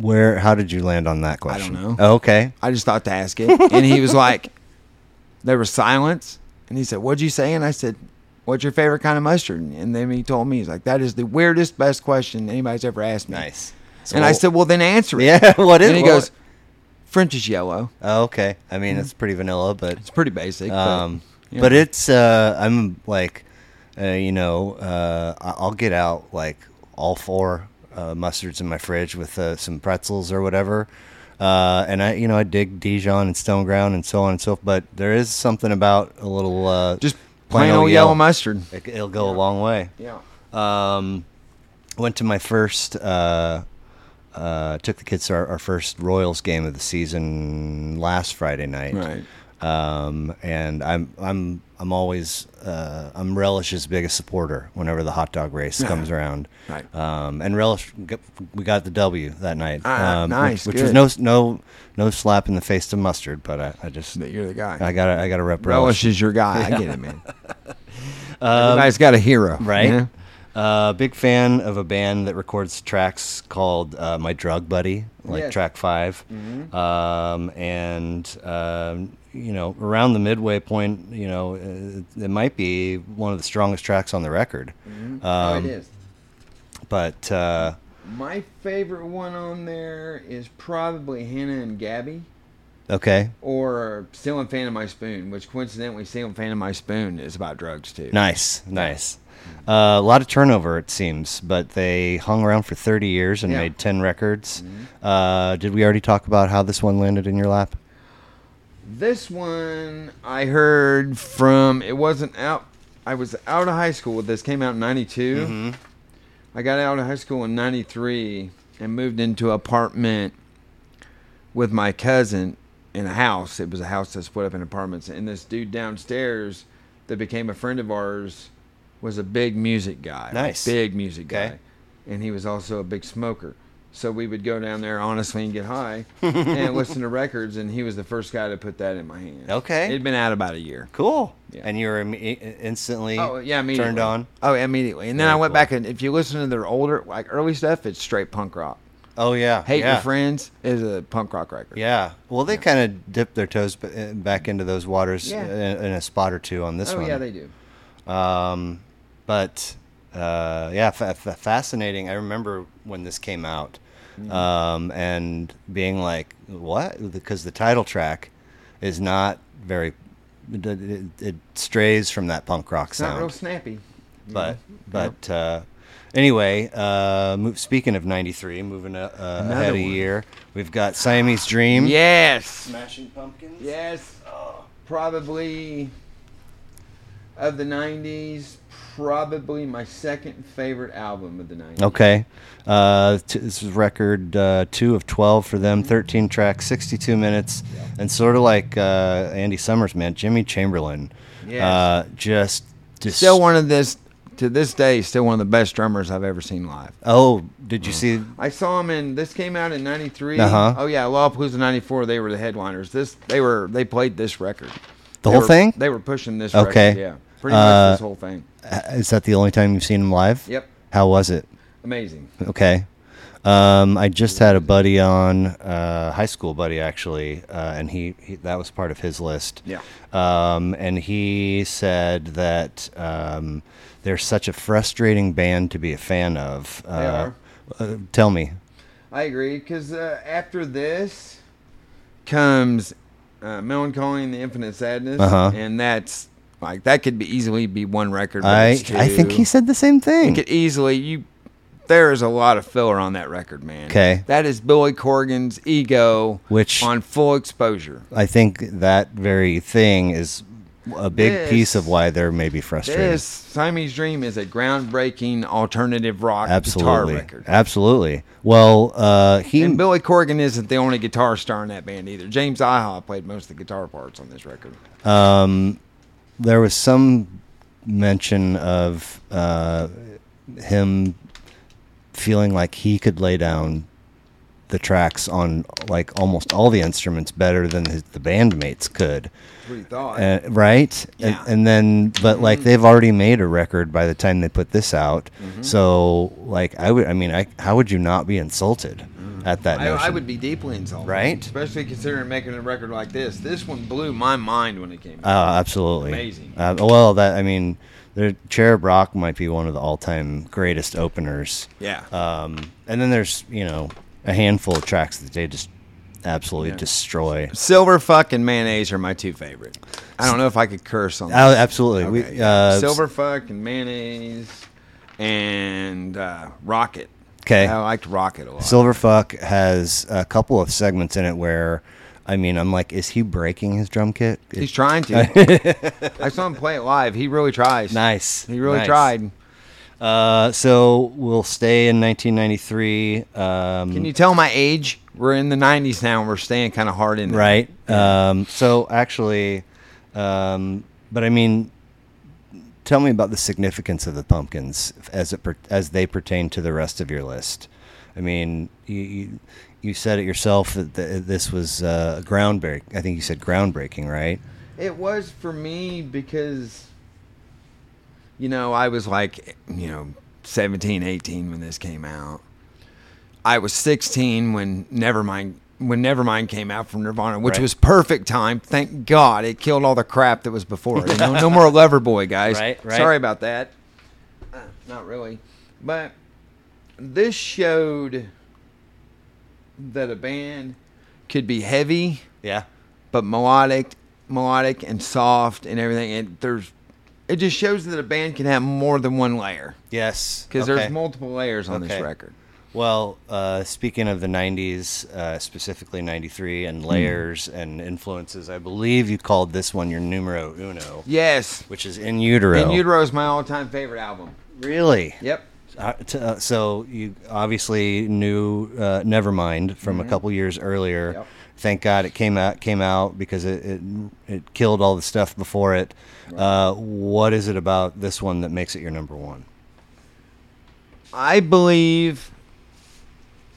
Where how did you land on that question?
know.
Oh, okay,
I just thought to ask it. And he was like, there was silence. And he said, What'd you say? And I said, What's your favorite kind of mustard? And then he told me, He's like, That is the weirdest, best question anybody's ever asked me.
nice. So
and I
what-
said, Well, then answer it.
yeah. What is?
And he
what-
goes, French is yellow.
Oh, okay. I mean, it's pretty vanilla, but
It's pretty basic.
um,
but, you
but
know.
it's uh, I'm like, uh, you know, uh, I- I'll get out like all four uh, mustards in my fridge with uh, some pretzels or whatever. Uh, and I, you know, I dig Dijon and Stone Ground and so on and so forth. But there is something about a little uh,
Just plain old yellow mustard.
It, it'll go a long way.
Yeah.
Um, went to my first. Uh, uh, took the kids to our, our first Royals game of the season last Friday night.
Right.
Um, and I'm I'm I'm always uh, I'm Relish's biggest supporter whenever the hot dog race comes around.
Right.
Um, and Relish, g- we got the W that night.
Ah,
um,
nice,
Which, which
good.
was no s- no no slap in the face to mustard, but I, I just
That you're the guy.
I gotta I gotta rep
Relish
Relish.
is your guy. I get it, man. Everybody's got a hero,
Um, right?
you know?
Uh, big fan of a band that records tracks called uh, My Drug Buddy, like
Yes. Mm-hmm.
track 5 Um, and, um, you know, around the midway point, you know, uh, it, it might be one of the strongest tracks on the record.
Oh,
Um,
it is.
But, uh,
My favorite one on there is probably Hannah and Gabby,
okay,
or Still a Fan of My Spoon, which coincidentally, Still a Fan of My Spoon is about drugs too.
nice, nice. Uh, a lot of turnover, it seems, but they hung around for 30 years and
Yeah. Mm-hmm.
made 10 records. Uh, did we already talk about how this one landed in your lap?
This one I heard from. It wasn't out. I was out of high school. This came out in '92.
Mm-hmm.
I got out of high school in '93 and moved into an apartment with my cousin in a house. It was a house that split up in apartments. And this dude downstairs that became a friend of ours was a big music guy.
Nice.
Big music guy.
Okay.
And he was also a big smoker. So we would go down there honestly and get high and listen to records. And he was the first guy to put that in my hand.
Okay.
It'd been out about a year.
Cool.
Yeah.
And you were imme- instantly
Oh yeah, immediately.
turned on.
Oh, yeah, immediately. And then
Very
I went
cool.
back and if you listen to their older, like early stuff, it's straight punk rock.
Oh yeah,
Hate
yeah.
Your Friends is a punk rock record.
Yeah. Well, they kind of dip their toes b- uh, back into those waters
Yeah.
in, in a spot or two on this
Oh
one.
yeah, they do.
Um, but uh, yeah, fa- fa- fascinating. I remember when this came out,
Mm-hmm.
um, and being like, "What?" Because the title track is not very. It, it, it strays from that punk rock
It's not real
sound.
snappy. you
but
know?
but uh, anyway, uh, mo- speaking of '93, moving uh, uh,
Another
ahead a
one.
year, we've got Siamese
Mm-hmm.
Dream.
Yes.
Smashing Pumpkins.
Yes. Probably of the '90s, probably my second favorite album of the '90s.
Okay. Uh, t- this is record uh, two of twelve for them.
Mm-hmm.
Thirteen tracks, sixty-two minutes, and sort of like uh, Andy Summers, man, Jimmy Chamberlain.
Yes.
Uh, just, just
Still one of this to this day, still one of the best drummers I've ever seen live.
Oh, did
Mm.
you see?
I saw him in this came out in '93.
Uh-huh.
Oh yeah, Lollapalooza '94. They were the headliners. This they were they played this record.
The
They
whole
were-
thing?
They were pushing this.
Okay.
Record, yeah. Pretty much
Uh,
this whole thing.
Is that the only time you've seen him live?
Yep.
How was it?
Amazing.
Okay. Um, I just had a buddy on, uh, high school buddy actually, uh, and he, he that was part of his list.
Yeah.
Um, and he said that um, they're such a frustrating band to be a fan of. They
are.
Uh, tell me.
I agree because uh, after this comes uh, melancholy and the infinite sadness,
Uh-huh.
and that's like that could be easily be one record. but
I
it's
I think
two.
he said the same
It
thing.
could easily you. There is a lot of filler on that record, man.
'Kay.
That is Billy Corgan's ego,
Which-
on full exposure.
I think that very thing is a big
This-
piece of why they're maybe frustrated.
This Siamese Dream is a groundbreaking alternative rock
Absolutely.
guitar record.
Absolutely. Well, uh, he
And Billy Corgan isn't the only guitar star in that band either. James Iha played most of the guitar parts on this record.
there was some mention of uh, him feeling like he could lay down the tracks on like almost all the instruments better than his, the bandmates could
That's what he thought.
uh, right and,
Yeah. Mm-hmm.
and then but like they've already made a record by the time they put this out so like i would i mean I, how would you not be insulted at that
Mm. I,
notion
I would be deeply insulted.
Right?
Especially considering making a record like this. This one blew my mind when it came out.
Oh, absolutely.
Amazing.
Uh, well, that I mean, the Cherub Rock might be one of the all-time greatest openers.
yeah.
Um, and then there's you know a handful of tracks that they just absolutely
Yeah.
destroy.
Silver Fuck and Mayonnaise are my two favorite. I don't know if I could curse on that.
Oh, absolutely.
Okay,
we,
yeah.
uh,
Silver Fuck and Mayonnaise and uh, Rocket.
Okay.
I liked Rocket a lot.
Silver Fuck has a couple of segments in it where, I mean, I'm like, is he breaking his drum kit?
He's trying to. I saw him play it live. He really tries.
nice.
He really
Nice.
tried.
Uh, so we'll stay in 1993. Um,
Can you tell my age? We're in the 90s now. and We're staying kind of hard in. there.
right? Um, so actually, um, but I mean, tell me about the significance of the pumpkins as it per- as they pertain to the rest of your list. I mean, you you, you said it yourself that th- this was uh, groundbreak. I think you said groundbreaking, right?
It was for me because, you know, I was like, you know, 17, 18 when this came out. I was 16 when Nevermind when Nevermind came out from Nirvana, which
Right.
was perfect time. Thank God it killed all the crap that was before. it, You know? no more Loverboy, guys.
Right, right.
Sorry about that. Uh, not really, but this showed that a band could be heavy
Yeah.
but melodic, melodic and soft and everything. It there's, it just shows that a band can have more than one layer
Yes.
because
Okay.
there's multiple layers on this
Okay.
record.
Well, uh, speaking of the 90s, uh, specifically 93 and layers and influences, I believe you called this one your numero uno,
Yes,
which is In Utero.
In Utero is my all-time favorite album.
Really?
Yep.
Uh, t- uh, so you obviously knew uh, Nevermind from a couple years earlier.
Mm-hmm. Yep.
Thank God it came out came out because it it, it killed all the stuff before it. Uh, what is it about this one that makes it your number one?
I believe,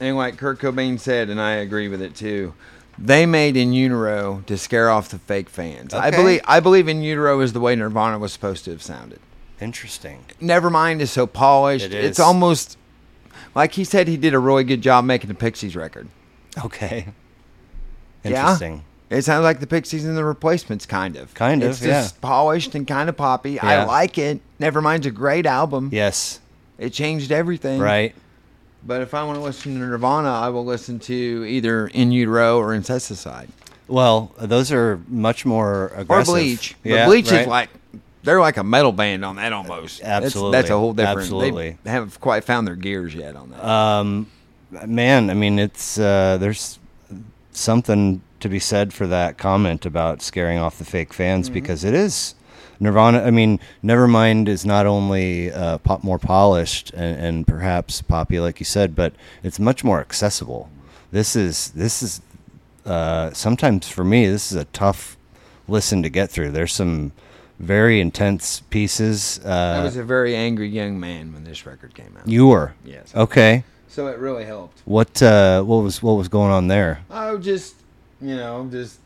and like Kurt Cobain said, and I agree with it too. They made In Utero to scare off the fake fans. I
Okay.
believe I believe In Utero is the way Nirvana was supposed to have sounded.
Interesting.
Nevermind is so polished.
It is.
It's almost like he said he did a really good job making the Pixies record.
Okay.
Yeah.
Interesting.
It sounds like the Pixies and the Replacements, kind of.
Kind of,
It's just polished and kind of poppy.
Yeah.
I like it. Nevermind's a great album.
Yes.
It changed everything.
Right.
But if I want to listen to Nirvana, I will listen to either In Utero or Incesticide.
Well, those are much more
Or
aggressive.
Bleach. But
Yeah,
Bleach
right.
is like, they're like a metal band on that almost. That's-
Absolutely.
That's, a whole different.
Absolutely.
They haven't quite found their gears yet on that.
um, man. I mean, it's uh, there's something to be said for that comment about scaring off the fake fans because it is Nirvana. I mean, Nevermind is not only uh, pop more polished and, and perhaps poppy, like you said, but it's much more accessible. This is this is uh, sometimes for me this is a tough listen to get through. There's some very intense pieces.
I
Uh,
was a very angry young man when this record came out.
you were
Yes.
okay.
so it really helped.
What uh, what was what was going on there?
Oh, just you know, just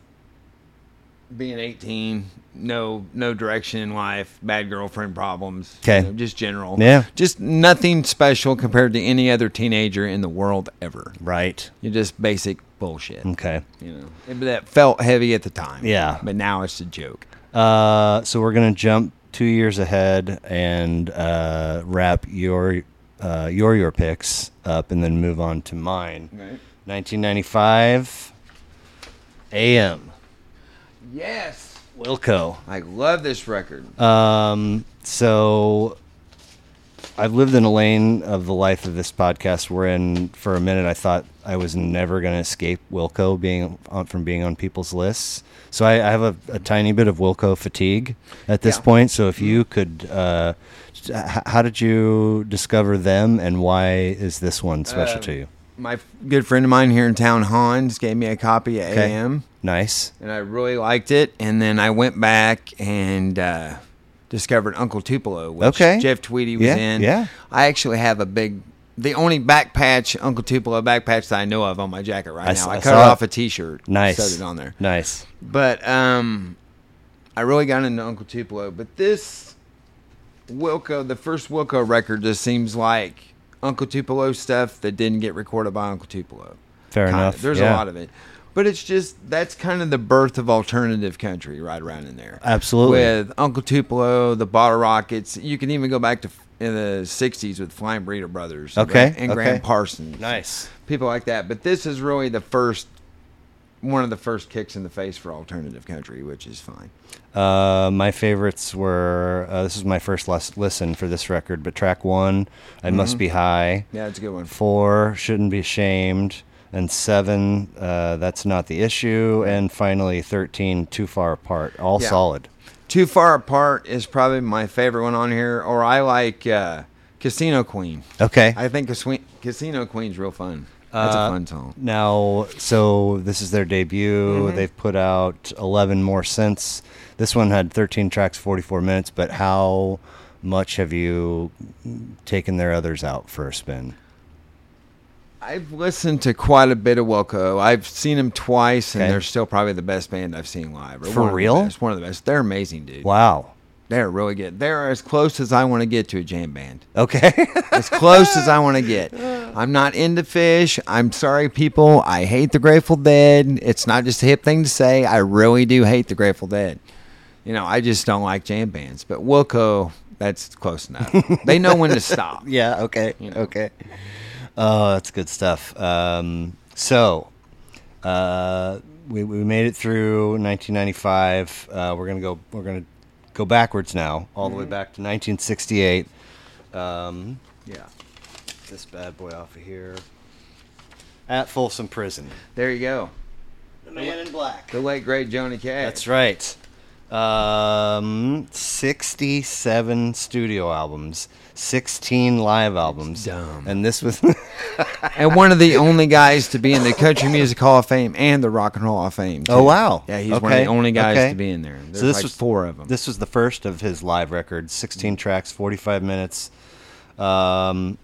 being eighteen, no no direction in life, bad girlfriend problems. you
'Kay.
know, just general.
Yeah.
just nothing special compared to any other teenager in the world ever.
Right.
You're just basic bullshit.
Okay.
You know, And that felt heavy at the time.
Mm. Yeah.
but now it's a joke.
Uh, so we're gonna jump two years ahead and uh, wrap your uh, your your picks up, and then move on to mine.
Right.
1995 AM
Yes,
Wilco.
I love this record.
Um, so I've lived in a lane of the life of this podcast we're in for a minute. I thought I was never going to escape Wilco being on, from being on people's lists. So I, I have a, a tiny bit of Wilco fatigue at this
Yeah.
point. So if you could, uh, h- how did you discover them and why is this one special
Um,
to you?
My f- good friend of mine here in town, Hans, gave me a copy of
Okay.
AM.
Nice.
and I really liked it. And then I went back and uh, discovered Uncle Tupelo, which
Okay.
Jeff Tweedy was
Yeah,
in.
yeah.
I actually have a big, the only back patch Uncle Tupelo back patch that I know of on my jacket right
I
now.
s-
I,
I
cut
saw
it off
it.
a T-shirt, and
Nice.
sewed it on there.
Nice.
But um, I really got into Uncle Tupelo. But this Wilco, the first Wilco record, just seems like Uncle Tupelo stuff that didn't get recorded by Uncle Tupelo.
Fair
Kinda.
enough.
There's
Yeah.
a lot of it. But it's just that's kind of the birth of alternative country right around in there.
Absolutely.
With Uncle Tupelo, the Bottle Rockets. You can even go back to f- in the 60s with Flying Breeder Brothers.
Okay,
And
okay.
Graham Parsons.
Nice.
People like that. But this is really the first one of the first kicks in the face for alternative country, which is fine.
Uh, my favorites were uh, this is my first les- listen for this record, but track one, I Must Be High.
Yeah, it's a good one.
Four, Shouldn't Be Ashamed. And seven, uh, That's Not the Issue. And finally, 13, Too Far Apart. All
Yeah.
solid.
Too Far Apart is probably my favorite one on here, or I like uh, Casino Queen.
Okay.
I think Caswe- Casino Queen's real fun. That's
Uh,
a fun song.
Now, so this is their debut. They've put out 11 more since. This one had 13 tracks, 44 minutes, but how much have you taken their others out for a spin?
I've listened to quite a bit of Wilco. I've seen them twice, and
Okay.
they're still probably the best band I've seen live. or
For
one of the
real?
best, one of the best. They're amazing, dude.
Wow.
They're really good. They're as close as I want to get to a jam band.
Okay.
as close as I want to get. I'm not into fish. I'm sorry, people. I hate the Grateful Dead. It's not just a hip thing to say. I really do hate the Grateful Dead. You know, I just don't like jam bands. But Wilco, that's close enough. they know when to stop.
yeah. Okay.
know.
Okay. Oh, that's good stuff. Um, so, uh, we, we made it through 1995. Uh, we're gonna go. We're gonna go backwards now, all the way back to 1968. Um,
Yeah.
this bad boy off of here at Folsom Prison.
There you go.
The Man in Black.
The late great Johnny Cash.
That's right. Um, 67 studio albums, 16 live albums.
dumb.
And this was
And one of the only guys to be in the Country Music Hall of Fame and the Rock and Roll Hall of Fame. too.
Oh, wow.
Yeah, he's one of
Okay,
the only guys
okay.
to be in there. There's
So this
like
was-
four of them.
This was the first of his live records, 16 tracks, 45 minutes. Um,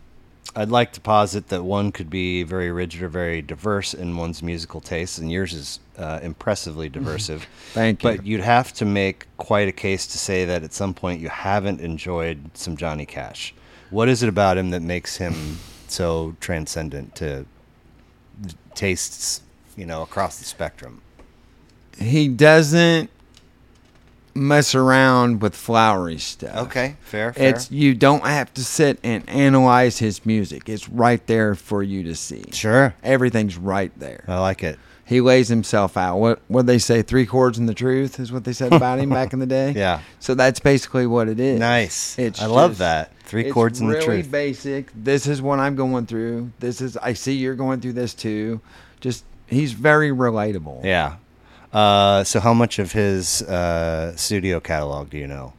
I'd like to posit that one could be very rigid or very diverse in one's musical tastes, and yours is uh, impressively diversive.
Thank you.
But you'd have to make quite a case to say that at some point you haven't enjoyed some Johnny Cash. What is it about him that makes him so transcendent to tastes, you know, across the spectrum?
he doesn't mess around with flowery stuff.
Okay, fair, fair.
It's you don't have to sit and analyze his music. It's right there for you to see.
sure.
Everything's right there.
I like it.
He lays himself out. What what they say, three chords and the truth is what they said about him back in the day.
Yeah.
So that's basically what it is.
Nice.
It's
I love
just-
that. Three
it's
chords and
really
the truth.
basic. This is what I'm going through. This is I see you're going through this too. Just he's very relatable.
yeah. Uh, so, how much of his uh, studio catalog do you know?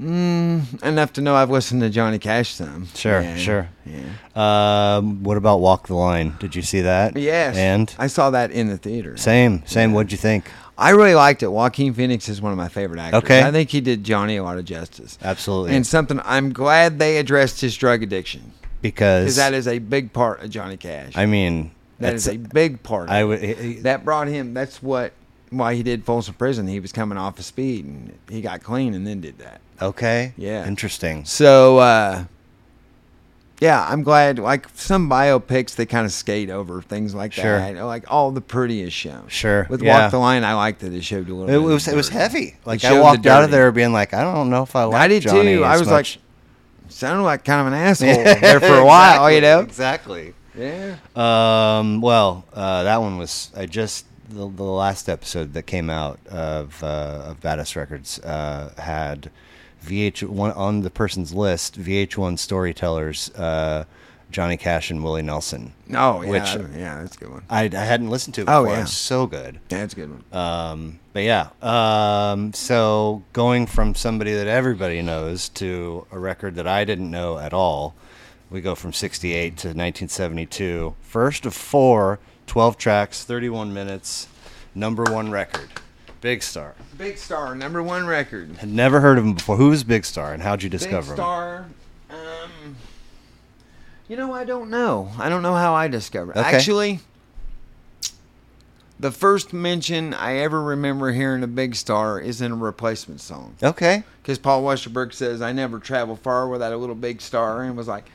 Mm, enough to know I've listened to Johnny Cash some.
Sure,
Yeah,
sure.
Yeah.
Um, what about Walk the Line? Did you see that?
Yes.
And
I saw that in the theater.
same, same. What'd you think?
I really liked it. Joaquin Phoenix is one of my favorite actors.
Okay.
I think he did Johnny a lot of justice.
Absolutely.
And something I'm glad they addressed his drug addiction
because
because that is a big part of Johnny Cash.
I mean,
that
that's-
is a big part. Of
I
it.
would. he- he-
that brought him. That's what why he did Folsom Prison. He was coming off of speed and he got clean and then did that.
okay.
Yeah.
Interesting.
So uh yeah, I'm glad like some biopics they kind of skate over things like
Sure.
that. Like all the pretty is shown.
Sure,
With
yeah.
Walk the Line, I like that it showed a little
It
bit of
was. It was
dirty.
heavy. Like
showed
I
the
walked out of
dirty.
there being like, I don't know if I like.
I did
Johnny
too. I
as
was
much.
like sounded like kind of an asshole there for a while, you know?
Exactly.
Yeah.
Um, well, uh, that one was I just the, the last episode that came out of uh, of Badass Records uh, had VH one on the person's list VH1 storytellers uh, Johnny Cash and Willie Nelson.
Oh yeah.
Which-
yeah, that's a good one.
I, I hadn't listened to it
Oh,
before.
yeah.
It's so good.
Yeah, that's a good one.
Um, but yeah, um, so going from somebody that everybody knows to a record that I didn't know at all, we go from 68 to 1972. First of four, 12 tracks, 31 minutes, number one record. Big Star.
Big Star, number one record.
Had never heard of him before. Who was Big Star and how'd you discover
Big
him?
Star. Um, you know, I don't know. I don't know how I discovered.
Okay.
Actually, the first mention I ever remember hearing of Big Star is in a replacement song.
Okay.
Because Paul Westerberg says, I never travel far without a little Big Star. And was like,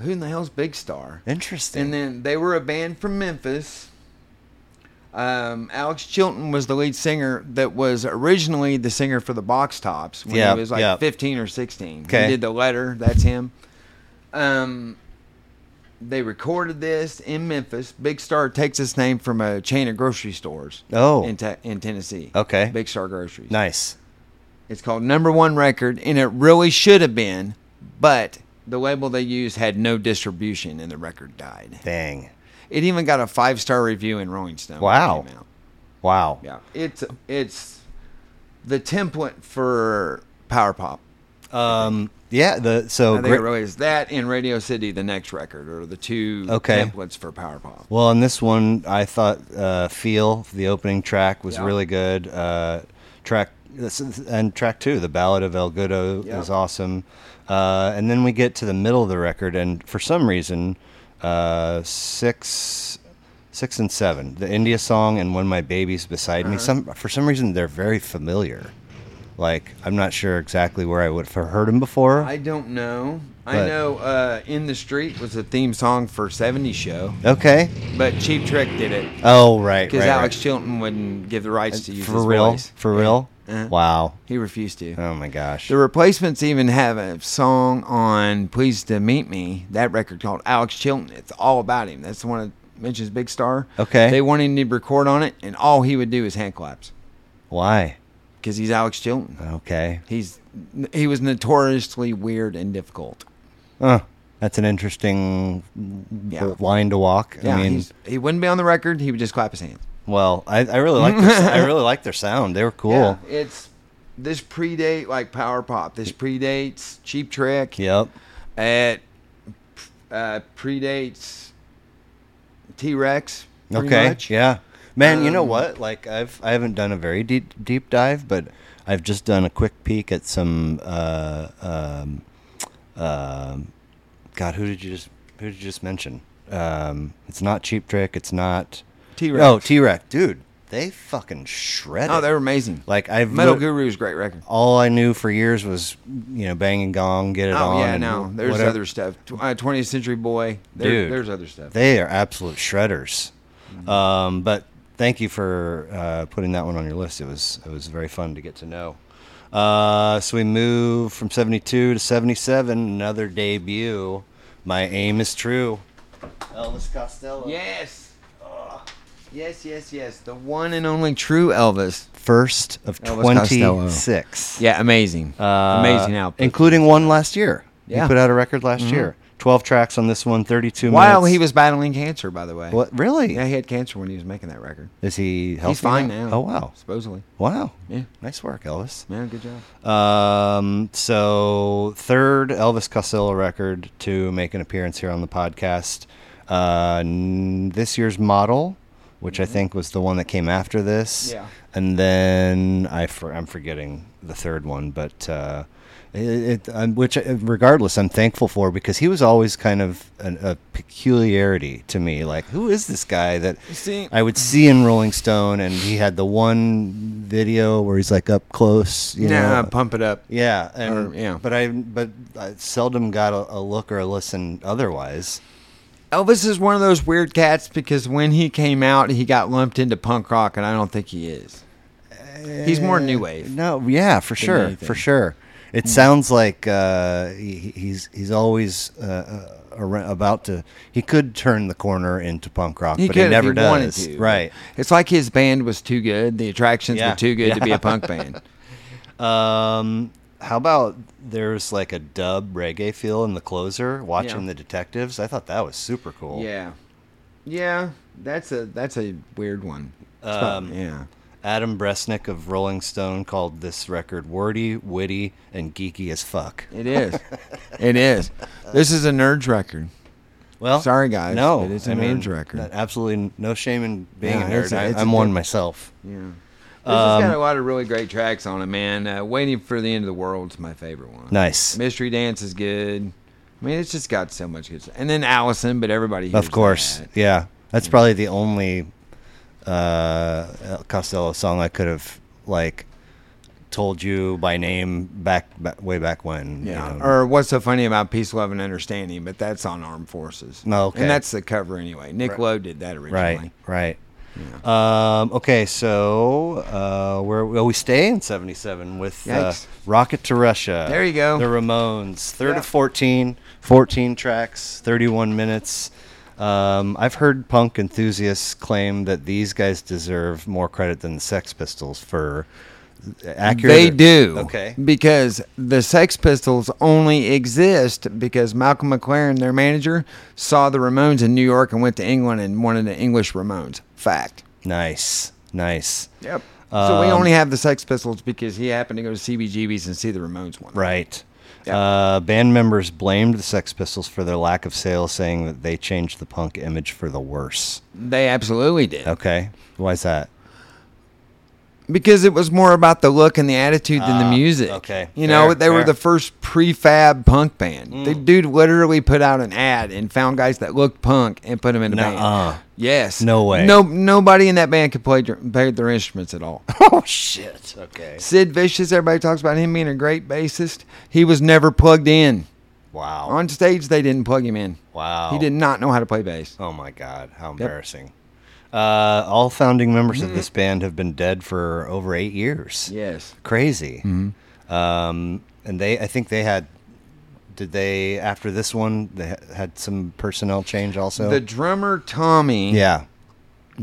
who in the hell's Big Star?
Interesting.
And then they were a band from Memphis. Um, Alex Chilton was the lead singer that was originally the singer for the Box Tops when
Yeah,
he was like
yeah.
15 or 16.
Okay.
He did the letter. That's him. Um, they recorded this in Memphis. Big Star takes its name from a chain of grocery stores
Oh.
in, te- in Tennessee.
Okay.
Big Star Groceries.
Nice.
It's called Number One Record, and it really should have been, but the label they used had no distribution, and the record died.
Dang.
It even got a five star review in Rolling Stone. when it
Wow.
came out.
Wow.
Yeah, it's it's the template for power pop.
Um. Yeah. The so
I think
great-
it really is that and Radio City, the next record, or the two
Okay.
templates for power pop.
Well, on this one, I thought uh, "Feel" the opening track was
Yeah.
really good. Uh, track this is- and track two, "The Ballad of El Gudo,"
Yeah.
is awesome. Uh, and then we get to the middle of the record, and for some reason, uh, six, six and seven, the India song and "When My Baby's Beside
Uh-huh.
Me." Some for some reason they're very familiar. Like I'm not sure exactly where I would have heard them before.
I don't know. I
But-
know uh, "In the Street" was a theme song for '70s show,
okay.
but Cheap Trick did it
Oh right,
because
right,
Alex
right.
Chilton wouldn't give the rights to use
for
his
real,
voice.
for real.
Uh-huh.
Wow.
He refused to.
Oh my gosh.
The replacements even have a song on "Pleased to Meet Me," that record called Alex Chilton. It's all about him. That's the one that mentions Big Star.
Okay.
They wanted him to record on it, and all he would do is hand claps
Why?
because he's Alex Chilton.
Okay.
He's he was notoriously weird and difficult.
Uh, that's an interesting
Yeah.
line to walk.
Yeah,
I mean,
he's- he wouldn't be on the record. He would just clap his hands.
well, I, I really like their, I really like their sound. They were cool.
Yeah, it's this predate like power pop. This predates Cheap Trick.
Yep.
It uh, predates T Rex.
Okay. Yeah. Man, you know
Um,
what? Like I've I haven't done a very deep deep dive, but I've just done a quick peek at some uh um um God, who did you just who did you just mention? Um it's not Cheap Trick, it's not
T Rex.
Oh, T-Rex. Dude, they fucking shredded.
Oh, they were amazing.
like I've
Metal
lit-
Guru's great record.
all I knew for years was, you know, bang and gong, get it on.
Oh yeah,
and
no, there's
whatever.
other stuff. Tw- uh, 20th Century Boy. There,
Dude.
there's other stuff.
They are absolute shredders. Um, but thank you for uh, putting that one on your list. It was it was very fun to get to know. Uh, so we move from '72 to '77. Another debut. My aim is true. Elvis Costello.
yes. Oh, Yes, yes, yes. The one and only true Elvis.
First of
Elvis Costello.
26.
Yeah, amazing.
Uh,
amazing output.
Including one last year.
Yeah.
He put out a record last year. 12 tracks on this one, 32
While
minutes.
he was battling cancer, by the way.
What really?
Yeah, he had cancer when he was making that record.
Is he healthy?
He's fine now.
Oh wow.
Supposedly.
Wow.
Yeah.
Nice work, Elvis.
Man, good job.
Um so third Elvis Costello record to make an appearance here on the podcast. Uh n- this year's model, which I think was the one that came after this.
Mm-hmm. Yeah.
And then I for, I'm forgetting the third one, but uh it, it um, which uh, regardless I'm thankful for because he was always kind of an, a peculiarity to me like who is this guy that
See-
I would see in Rolling Stone, and he had the one video where he's like up close, you
Yeah,
know.
pump it up.
yeah, and,
Or- yeah.
But I but I seldom got a, a look or a listen otherwise.
Elvis is one of those weird cats because when he came out, he got lumped into punk rock, and I don't think he is. He's more new wave.
No, yeah, for sure,
anything. Hmm.
for sure. It sounds like uh, he, he's he's always uh, uh, ar- about to. He could turn the corner into punk rock,
He
but
could
he never
if he wanted
does.
to.
Right.
It's like his band was too good. The attractions
Yeah.
were too good to be
Yeah.
a punk band.
Um, how about there's like a dub reggae feel in the closer, watching
Yeah.
the detectives. I thought that was super cool.
Yeah, yeah. That's a that's a weird one. It's not-
Um,
yeah.
Adam Bresnick of Rolling Stone called this record wordy, witty, and geeky as fuck.
It is. it is. This is a nerds record.
Well,
Sorry, guys,
No,
but it's
I
an
mean,
urge record.
that- Absolutely no shame in being
Yeah,
a nerd.
it's a-
i
it's a
I'm one
good-
myself.
Yeah. This
Um,
has got a lot of really great tracks on it, man. Uh, Waiting for the End of the World's my favorite one.
Nice.
Mystery Dance is good. I mean, it's just got so much good stuff. And then Allison, but everybody hears
Of course,
that.
yeah. That's probably the only uh, Costello song I could have like told you by name back, ba way back when. you
Yeah.
know.
Or what's so funny about Peace, Love, and Understanding, but that's on Armed Forces.
Oh, okay.
And that's the cover anyway. Nick Lowe did that originally.
right, right. Um, okay, so uh, where well, we stay in '77 with uh,
Yikes.
"Rocket to Russia."
There you go.
The Ramones, third
Yeah.
of 14, 14 tracks, 31 minutes. Um, I've heard punk enthusiasts claim that these guys deserve more credit than the Sex Pistols for accurate.
They do.
Okay.
Because the Sex Pistols only exist because Malcolm McLaren, their manager, saw the Ramones in New York and went to England and wanted the English Ramones. Fact.
Nice, nice.
Yep. so we
Um,
only have the Sex Pistols because he happened to go to CBGB's and see the Ramones one.
Right.
Yeah.
Uh, band members blamed the Sex Pistols for their lack of sales, saying that they changed the punk image for the worse.
They absolutely did.
Okay, why is that?
Because it was more about the look and the attitude than
Ah,
the music.
okay.
You know,
Fair,
they were
fair. Mm.
the first prefab punk band. The dude literally put out an ad and found guys that looked punk and put them in a
Nuh-uh.
band. Yes.
No way.
No nobody in that band could play their, play their instruments at all.
Oh shit. Okay.
Sid Vicious, everybody talks about him being a great bassist. He was never plugged in.
Wow.
On stage they didn't plug him in.
wow.
He did not know how to play bass.
Oh my god, how embarrassing. Uh, all founding members
Mm-hmm.
of this band have been dead for over eight years.
Yes.
Crazy.
Mm-hmm.
Um, and they, I think they had. Did they after this one? They ha- had some personnel change also.
The drummer Tommy
yeah.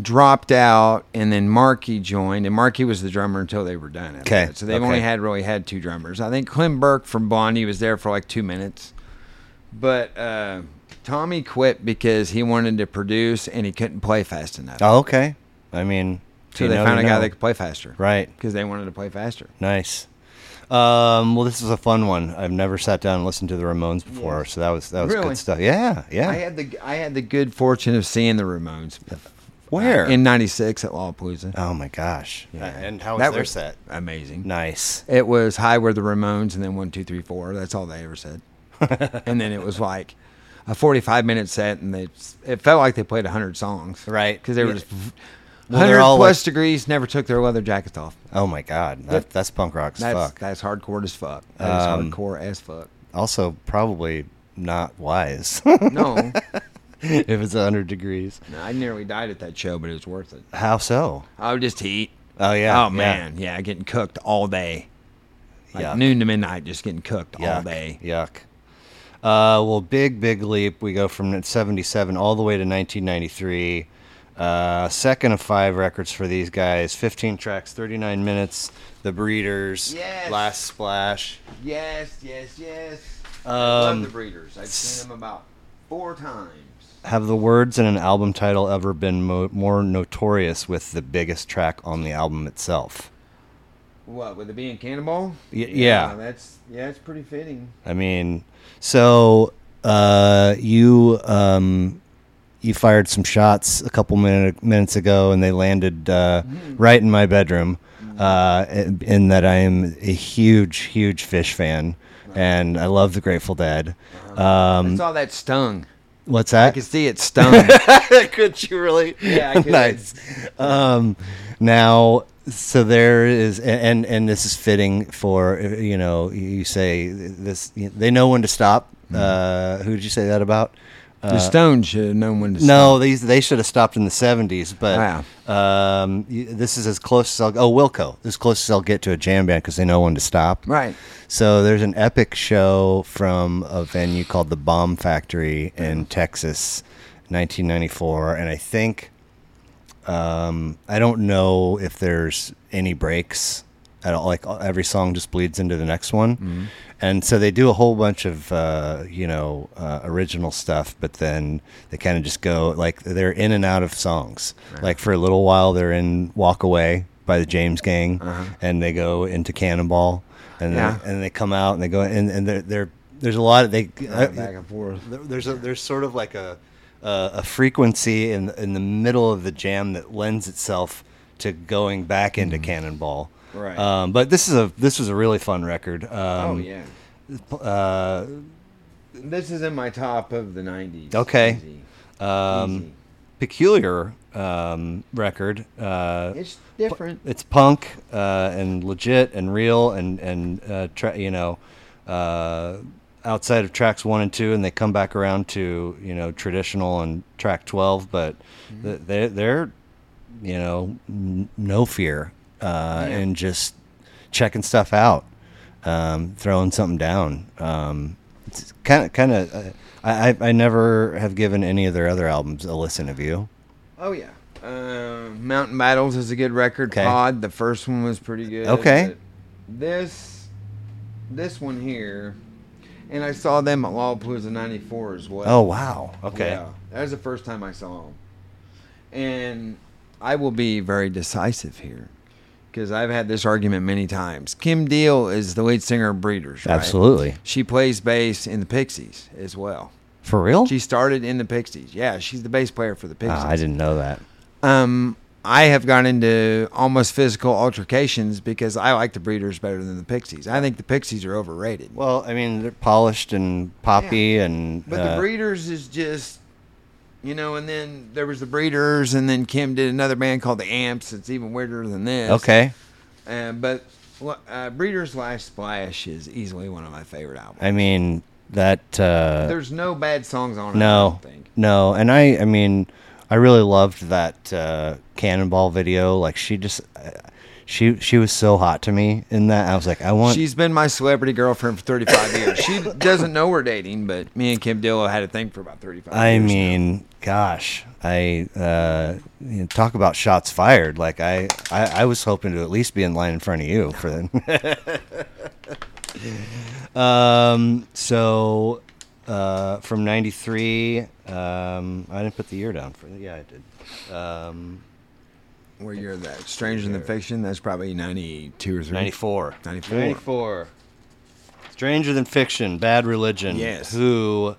dropped out, and then Markey joined, and Markey was the drummer until they were done. after
Okay,
that. so they've
okay.
only had really had two drummers. I think Clem Burke from Bondi was there for like two minutes, but uh, Tommy quit because he wanted to produce and he couldn't play fast enough.
Oh, okay. I mean,
so
you
they
know,
found a
you
guy
know.
that could play faster,
Right.
Because they wanted to play faster.
Nice. Um, well, this is a fun one. I've never sat down and listened to the Ramones before, so that was that was
Really?
good stuff. Yeah, yeah.
I had the I had the good fortune of seeing the Ramones uh,
Where?
in '96 at Lollapalooza.
oh my gosh.
Yeah.
And how was
That
their set?
Amazing.
Nice.
It was Hi Where the Ramones and then one, two, three, four. That's all they ever said. and then it was like a 45 minute set, and they it felt like they played 100 songs.
Right.
Because they were
Yeah.
just
Well,
100
they're all
plus
like-
degrees, never took their leather jackets off.
Oh my god. That,
Yep.
That's punk rock as
That's,
fuck.
that's hardcore as fuck. That's
Um,
hardcore as fuck.
Also, probably not wise
No,
if it's 100 degrees.
No, I nearly died at that show, but it was worth it.
How so?
I would just eat.
Oh yeah.
oh, man. Yeah. getting cooked all day. Like
Yuck.
noon to midnight, just getting cooked
Yuck.
all day.
Yuck. Uh, well, big, big leap. We go from 77 all the way to 1993. Uh, second of five records for these guys 15 tracks, 39 minutes. The Breeders,
Yes.
Last Splash.
Yes, yes, yes.
Um,
Breeders. I've
s-
them about four times.
Have the words in an album title ever been mo- more notorious with the biggest track on the album itself?
What with it being Cannonball?
Y- yeah.
that's yeah, that's pretty fitting.
I mean, so uh, you um, you fired some shots a couple minute, minutes ago, and they landed uh, right in my bedroom. Uh, in- in that I am a huge, huge fish fan, and I love the Grateful Dead.
I
Um,
saw that stung.
what's
I
that?
could see it stung.
could you really?
Yeah, I could.
nice. Um, now, so there is, and and this is fitting for you know you say this. They know when to stop.
Mm-hmm.
Uh, who did you say that about?
the Stone should have known when to
Uh, No, these they should have stopped in the seventies. But um, y- this is as close as I'll. Oh, Wilco, this is as close as I'll get to a jam band because they know when to stop.
Right.
So there's an epic show from a venue called the Bomb Factory in Texas, 1994, and I think um, I don't know if there's any breaks at all. Like uh, every song just bleeds into the next one, and so they do a whole bunch of uh, you know uh, original stuff, but then they kind of just go like they're in and out of songs. Like for a little while, they're in "Walk Away" by the James Gang, and they go into "Cannonball," and
Yeah.
they, and they come out and they go and and they're, they're there's a lot of they uh,
stop. Back and forth.
there- there's a there's sort of like a uh, a frequency in in the middle of the jam that lends itself to going back into Cannonball.
Mm-hmm. Right.
Um, but this is a this was a really fun record. Um,
oh yeah.
Uh,
This is in my top of the nineties.
Okay.
Easy.
um,
Easy.
peculiar um, record. Uh,
It's different.
it's punk uh, and legit and real and and uh, tra- you know uh, outside of tracks one and two and they come back
Mm-hmm.
around to you know traditional and track 12 but th- they, they're you know, n- no fear uh,
Yeah.
and just checking stuff out, um, throwing something down. Um, it's kind of, kind of. Uh, I, I I never have given any of their other albums a listen. Have you?
Oh yeah. Uh, Mountain Battles is a good record.
Okay.
Pod, the first one was pretty good.
Okay.
but This, this one here, and I saw them at Lollapalooza '94 as well.
Oh wow. Okay.
Yeah, that was the first time I saw him. And I will be very decisive here because I've had this argument many times. Kim Deal is the lead singer of Breeders. right?
Absolutely.
She plays bass in the Pixies as well.
For real?
She started in the Pixies. Yeah, she's the bass player for the Pixies.
Ah, I didn't know that.
Um, I have gone into almost physical altercations because I like the Breeders better than the Pixies. I think the Pixies are overrated.
Well, I mean, they're polished and poppy and.
But
uh,
the Breeders is just, you know, and then there was the Breeders, and then Kim did another band called the Amps. It's even weirder than this.
Okay.
Uh, but well, uh, Breeders' Last Splash is easily one of my favorite albums.
I mean that. Uh,
There's no bad songs on it.
No,
I don't think.
no, and I, I mean, I really loved that uh, Cannonball video. Like she just, uh, she she was so hot to me in that. I was like, I want.
She's been my celebrity girlfriend for 35 years. She doesn't know we're dating, but me and Kim Dillo had a thing for about 35
I
years. now.
mean, gosh, I uh, you know, talk about shots fired. Like I, I, I was hoping to at least be in line in front of you for that. um. So, uh, from '93, um, I didn't put the year down for. Yeah, I did. Um,
Where you're that Stranger Than Fiction? That's probably 92 or 3.
94.
94.
94. Stranger Than Fiction, Bad Religion.
Yes.
Who,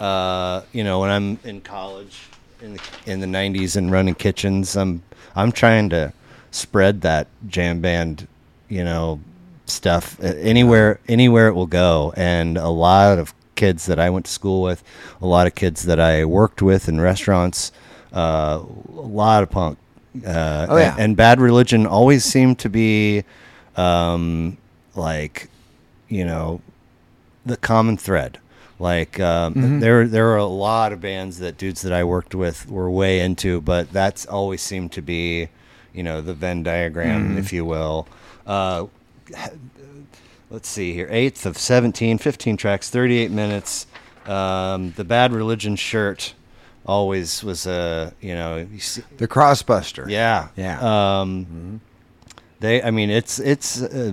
uh, you know, when I'm in college in the, in the 90s and running kitchens, I'm, I'm trying to spread that jam band, you know, stuff uh, anywhere, anywhere it will go. And a lot of kids that I went to school with, a lot of kids that I worked with in restaurants, uh, a lot of punk. Uh,
Oh, yeah.
and, and bad religion always seemed to be um, like you know the common thread like um,
Mm-hmm.
there there are a lot of bands that dudes that I worked with were way into but that's always seemed to be you know the Venn diagram
Mm-hmm.
if you will uh, let's see here eighth of 17 15 tracks 38 minutes um, the bad religion shirt always was a you know you see,
The Crossbuster.
yeah.
Yeah.
Um, They, I mean, it's it's uh,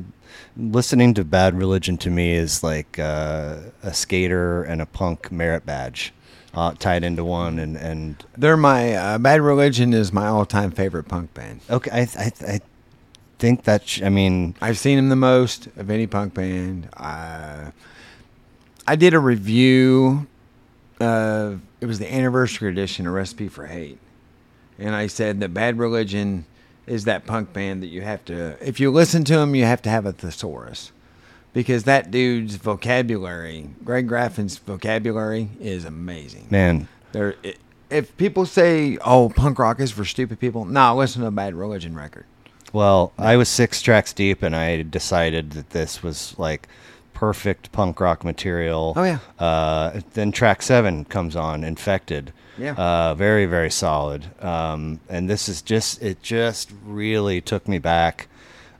listening to Bad Religion to me is like uh, a skater and a punk merit badge uh, tied into one, and and
They're my uh, Bad Religion is my all-time favorite punk band.
okay, I I, I think that sh- I mean
I've seen them the most of any punk band. Uh, I did a review of it was the anniversary edition of Recipe for Hate, and I said that Bad Religion is that punk band that you have to if you listen to them you have to have a thesaurus because that dude's vocabulary, Greg Graffin's vocabulary is amazing.
man,
There, i if people say, "Oh, punk rock is for stupid people," no, listen to a Bad Religion record.
Well, I was six tracks deep, and I decided that this was like perfect punk rock material.
Oh, yeah.
Uh, then track seven comes on, Infected.
Yeah.
Uh, very very solid. Um, and this is just it just really took me back.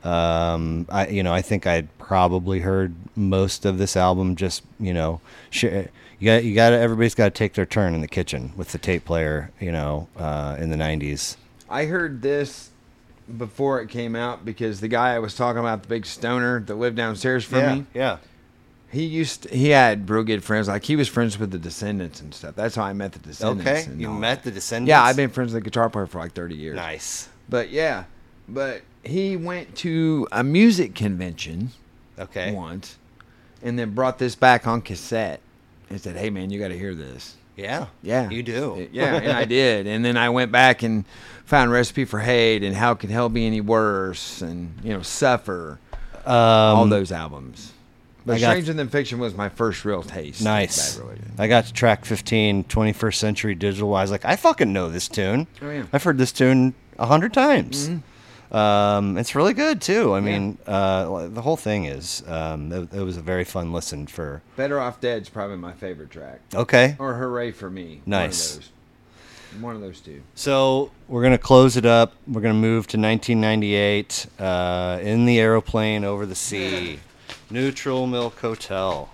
Um, I you know I think I'd probably heard most of this album. Just you know, sh- you got you got everybody's got to take their turn in the kitchen with the tape player. You know, uh, in the '90s.
I heard this before it came out because the guy I was talking about, the big stoner that lived downstairs from me,
Yeah.
he used he had real good friends. Like he was friends with the Descendants and stuff. That's how I met the Descendants.
Okay,
and
you
all
met
that.
the Descendants.
Yeah, I've been friends with the guitar player for like thirty years.
nice.
But yeah, but he went to a music convention
Okay,
once, and then brought this back on cassette and said, "Hey man, you got to hear this."
yeah,
Yeah.
you do.
Yeah, and I did. And then I went back and found Recipe for Hate and How Could Hell Be Any Worse and, you know, Suffer.
um,
all those albums. But
I got-
Stranger Than Fiction was my first real taste. of
nice.
Bad Religion.
I got to track 15, 21st Century Digital. I was like, I fucking know this tune.
Oh, yeah. Mm-hmm.
I've heard this tune a hundred times. Um, it's really good too. I mean, uh, the whole thing is. Um, it, it was a very fun listen for.
Better Off Dead's probably my favorite track.
Okay,
Or Hooray for Me. one of
Nice.
those. One of those two.
So we're gonna close it up. We're gonna move to 1998 uh, in the aeroplane over the sea, Neutral Milk Hotel.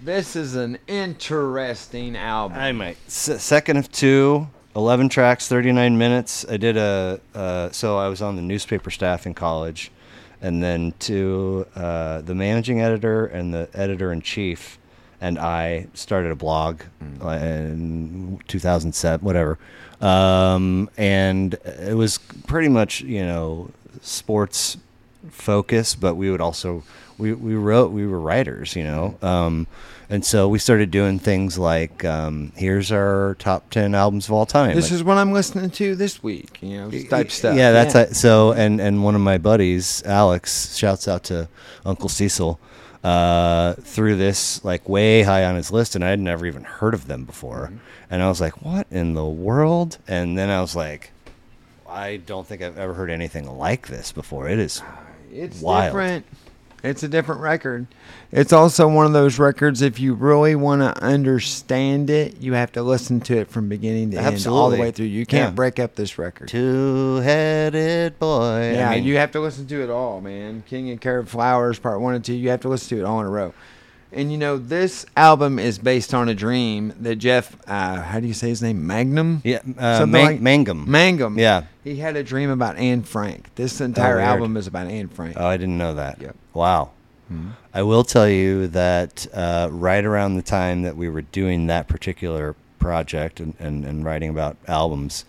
This is an interesting album.
I might S- second of two. 11 tracks, 39 minutes. I did a, uh, so I was on the newspaper staff in college. And then to uh, the managing editor and the editor in chief and I started a blog uh, in 2007, whatever. Um, and it was pretty much, you know, sports focus, but we would also we, we wrote we were writers, you know, um, and so we started doing things like um, here's our top ten albums of all time.
this
Like-
is what I'm listening to this week, you know, type stuff.
yeah, that's it. so. And and one of my buddies, Alex, shouts out to Uncle Cecil, uh, threw this like way high on his list, and I had never even heard of them before.
Mm-hmm.
And I was like, "What in the world?" And then I was like, "I don't think I've ever heard anything like this before. It is
It's
Wild.
different. It's a different record. It's also one of those records. If you really want to understand it, you have to listen to it from beginning to end, all the
Absolutely.
way through. You can't
Yeah.
break up this record.
two-headed boy."
yeah,
I mean,
you have to listen to it all, man. King and Carrot Flowers, Part One and Two. You have to listen to it all in a row. And you know, this album is based on a dream that Jeff. Uh, how do you say his name? Magnum.
yeah, uh,
Something
Mang-
like-
Mangum.
Mangum.
Yeah. Oh,
He had a dream about Anne Frank. This entire
weird.
album is about Anne Frank.
Oh, I didn't know that.
Yep.
Wow. I will tell you that uh, right around the time that we were doing that particular project and, and, and writing about albums,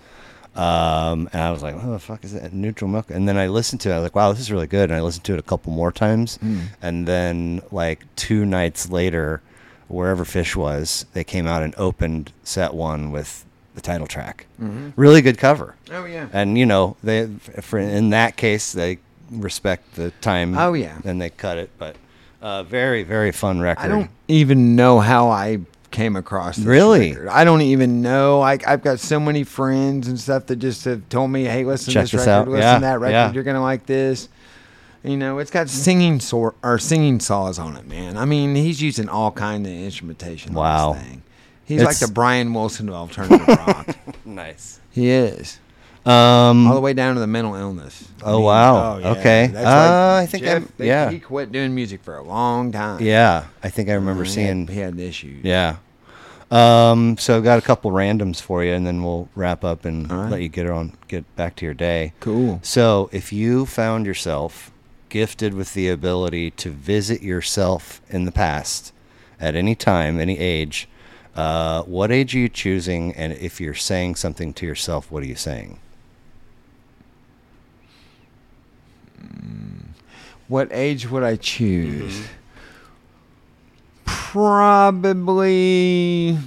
um, and I was like, "What the fuck is that neutral milk?" And then I listened to it. I was like, "Wow, this is really good." And I listened to it a couple more times, and then like two nights later, wherever Fish was, they came out and opened set one with the title track. Really good cover.
Oh, yeah.
And you know, they for in that case they respect the time.
Oh, yeah.
And they cut it, but uh, very very fun record.
I don't even know how I came across this
Really?
record. I don't even know. I, I've got so many friends and stuff that just have told me, "Hey, listen
Check
to this,
this
record,
out.
listen
Yeah,
to that record.
yeah.
You're gonna like this." You know, it's got singing sor- or singing saws on it, man. I mean, he's using all kind of instrumentation.
Wow.
on this thing. He's
It's-
like the Brian Wilson of alternative rock.
nice.
He is all the
Um,
way down to the mental illness. I
Oh, wow. Okay.
That's why
Uh, I think
Jeff,
I'm-
they-
yeah.
He quit doing music for a long time.
yeah, I think I remember
He had-
seeing.
he had issues.
Yeah. Um, so I've got a couple randoms for you, and then we'll wrap up and
All right.
let you get on get back to your day.
Cool.
So, if you found yourself gifted with the ability to visit yourself in the past at any time, any age, uh, what age are you choosing? And if you're saying something to yourself, what are you saying?
What age would I choose?
Mm-hmm.
Probably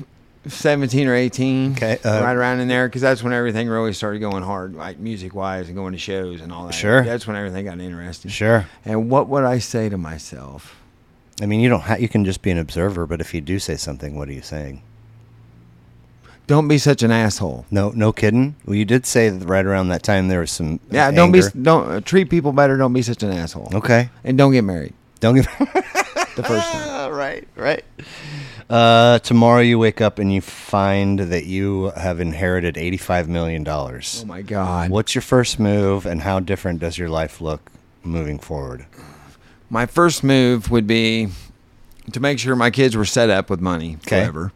17 or 18.
Okay, uh,
right around in there because that's when everything really started going hard, like music wise and going to shows and all that.
Sure.
That's when everything got interesting.
Sure.
And what would I say to myself?
I mean, you don't. Ha- you can just be an observer, but if you do say something, what are you saying?
Don't be such an asshole.
No, no kidding. Well, you did say that right around that time there was some.
Yeah,
uh,
don't be
anger.
s- don't uh, treat people better. Don't be such an asshole.
Okay.
And don't get married
Don't give.
the first time.
Ah, right, right. Uh, tomorrow you wake up and you find that you have inherited $85 million.
Oh my God.
What's your first move and how different does your life look moving forward?
my first move would be to make sure my kids were set up with money
Okay.
forever.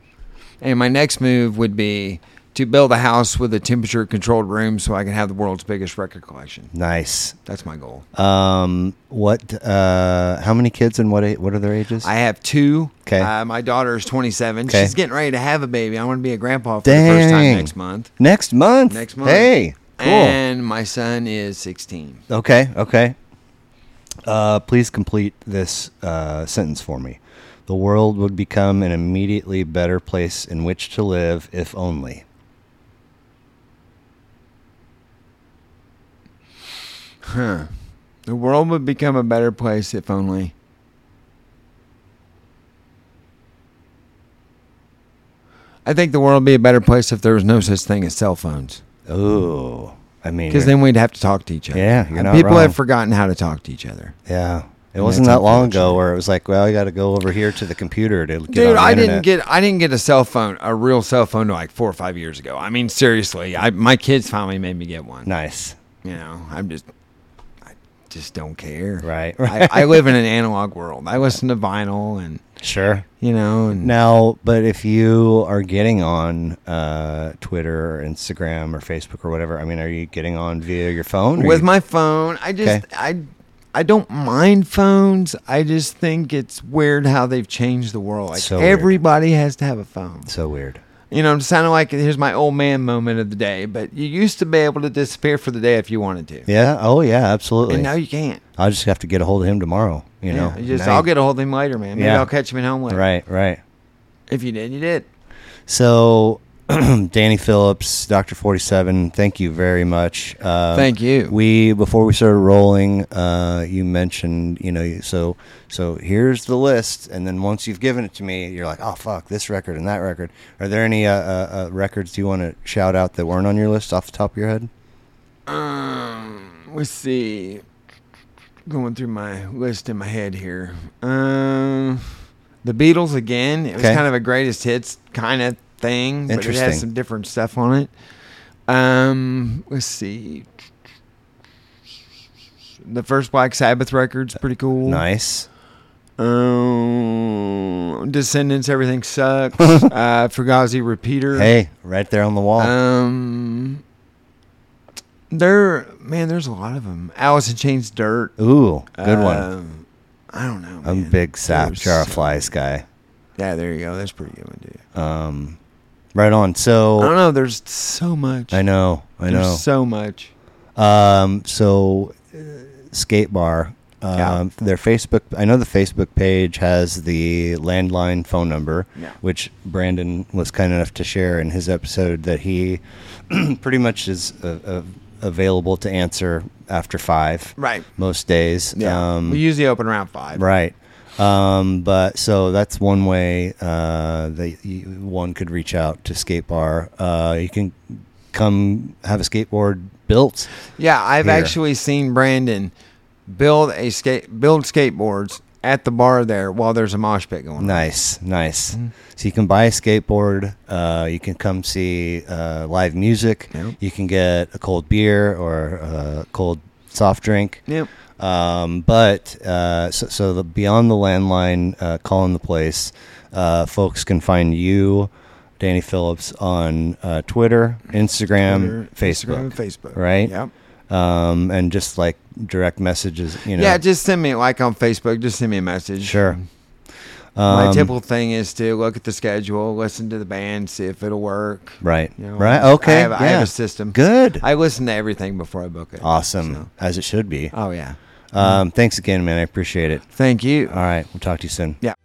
And my next move would be to build a house with a temperature controlled room so I can have the world's biggest record collection.
Nice.
That's my goal.
Um, what, uh, how many kids and what, a- what are their ages?
I have two.
'Kay.
Uh, my daughter is 27.
Okay.
She's getting ready to have a baby. I want to be a grandpa for the first
Dang.
time next month.
next month.
Next month.
Hey, cool.
And my son is 16.
Okay, okay. Uh, please complete this uh, sentence for me. The world would become an immediately better place in which to live if only.
Huh. The world would become a better place if only. I think the world would be a better place if there was no such thing as cell phones.
Oh, I mean,
Because
you're-
then we'd have to talk to each other.
Yeah, you're
And
not
people
wrong.
have forgotten how to talk to each other.
yeah, It wasn't
that's
that long
unfortunate.
ago where it was like, well, you got to go over here to the computer to get on
Dude,
the
I
internet.
didn't get I didn't get a cell phone, a real cell phone, till like four or five years ago. I mean, seriously, I my kids finally made me get one.
nice,
You know, I'm just, I just don't care.
right?
I, I live in an analog world. I listen to vinyl and
sure.
you know and
Now, but if you are getting on uh, Twitter or Instagram or Facebook or whatever, I mean, are you getting on via your phone? or
with
you-
my phone. I just
Okay.
I I don't mind phones. I just think it's weird how they've changed the world. Like
So weird.
everybody has to have a phone.
so weird.
You know, I'm sounding like here's my old man moment of the day, but you used to be able to disappear for the day if you wanted to.
Yeah. Oh, yeah. Absolutely.
And now you can't.
I'll just have to get a hold of him tomorrow. You
Yeah,
know.
you just
Now
I'll
you-
get a hold of him later, man. Maybe
Yeah.
I'll catch him at home later.
right. Right.
If you did, you did.
So, Danny Phillips, Doctor Forty Seven, thank you very much. Uh,
Thank you.
We before we started rolling, uh, you mentioned you know you- so so here's the list, and then once you've given it to me, you're like, oh fuck, this record and that record. Are there any uh, uh, uh, records you want to shout out that weren't on your list off the top of your head?
Um, let's see. Going through my list in my head here. Um, the Beatles again. It was
Okay.
kind of a greatest hits kind of thing, but it
Interesting.
has some different stuff on it. Um, let's see. The first Black Sabbath record's pretty cool.
Nice.
Um, Descendants, everything sucks. uh, Fugazi repeater.
Hey, right there on the wall.
Um, there, man, there's a lot of them. Alice in Chains, Dirt,
Ooh, good one.
Um, I don't know.
I'm a
man.
big sap
There's-
jar of flies guy.
Yeah, there you go. That's a pretty good one, dude.
Um, right on.
I don't
So
know. There's so much.
Oh. I know. I know.
There's so much.
Um, so, uh, Skate Bar, um,
Yeah.
their Facebook, I know the Facebook page has the landline phone number,
Yeah.
which Brandon was kind enough to share in his episode that he pretty much is uh, uh, available to answer after five
Right.
most days.
Yeah.
Um,
we usually open around five.
Right. Um, but so that's one way uh, that you, one could reach out to Skate Bar. Uh, you can come have a skateboard built.
Yeah, I've
Here.
actually seen Brandon build a skate build skateboards at the bar there while there's a mosh pit going. on.
Nice, nice.
Mm-hmm.
So you can buy a skateboard. Uh, you can come see uh, live music.
Yep.
You can get a cold beer or a cold soft drink.
Yep.
Um, but uh, so, so the beyond the landline, uh, call in the place. Uh, folks can find you, Danny Phillips, on uh, Twitter, Instagram,
Twitter,
Um, Facebook,
Instagram, Facebook.
right?
Yep.
Um, and just like direct messages, you know.
Yeah, just send me like on Facebook. Just send me a message.
sure.
My
Um,
typical thing is to look at the schedule, listen to the band, see if it'll work.
Right.
You know,
right.
I
Okay.
have- I have
yeah.
a system.
Good.
I listen to everything before I book it.
awesome.
so-
As it should be.
Oh yeah.
Um, thanks again, man. I appreciate it.
Thank you.
All right. We'll talk to you soon.
Yeah.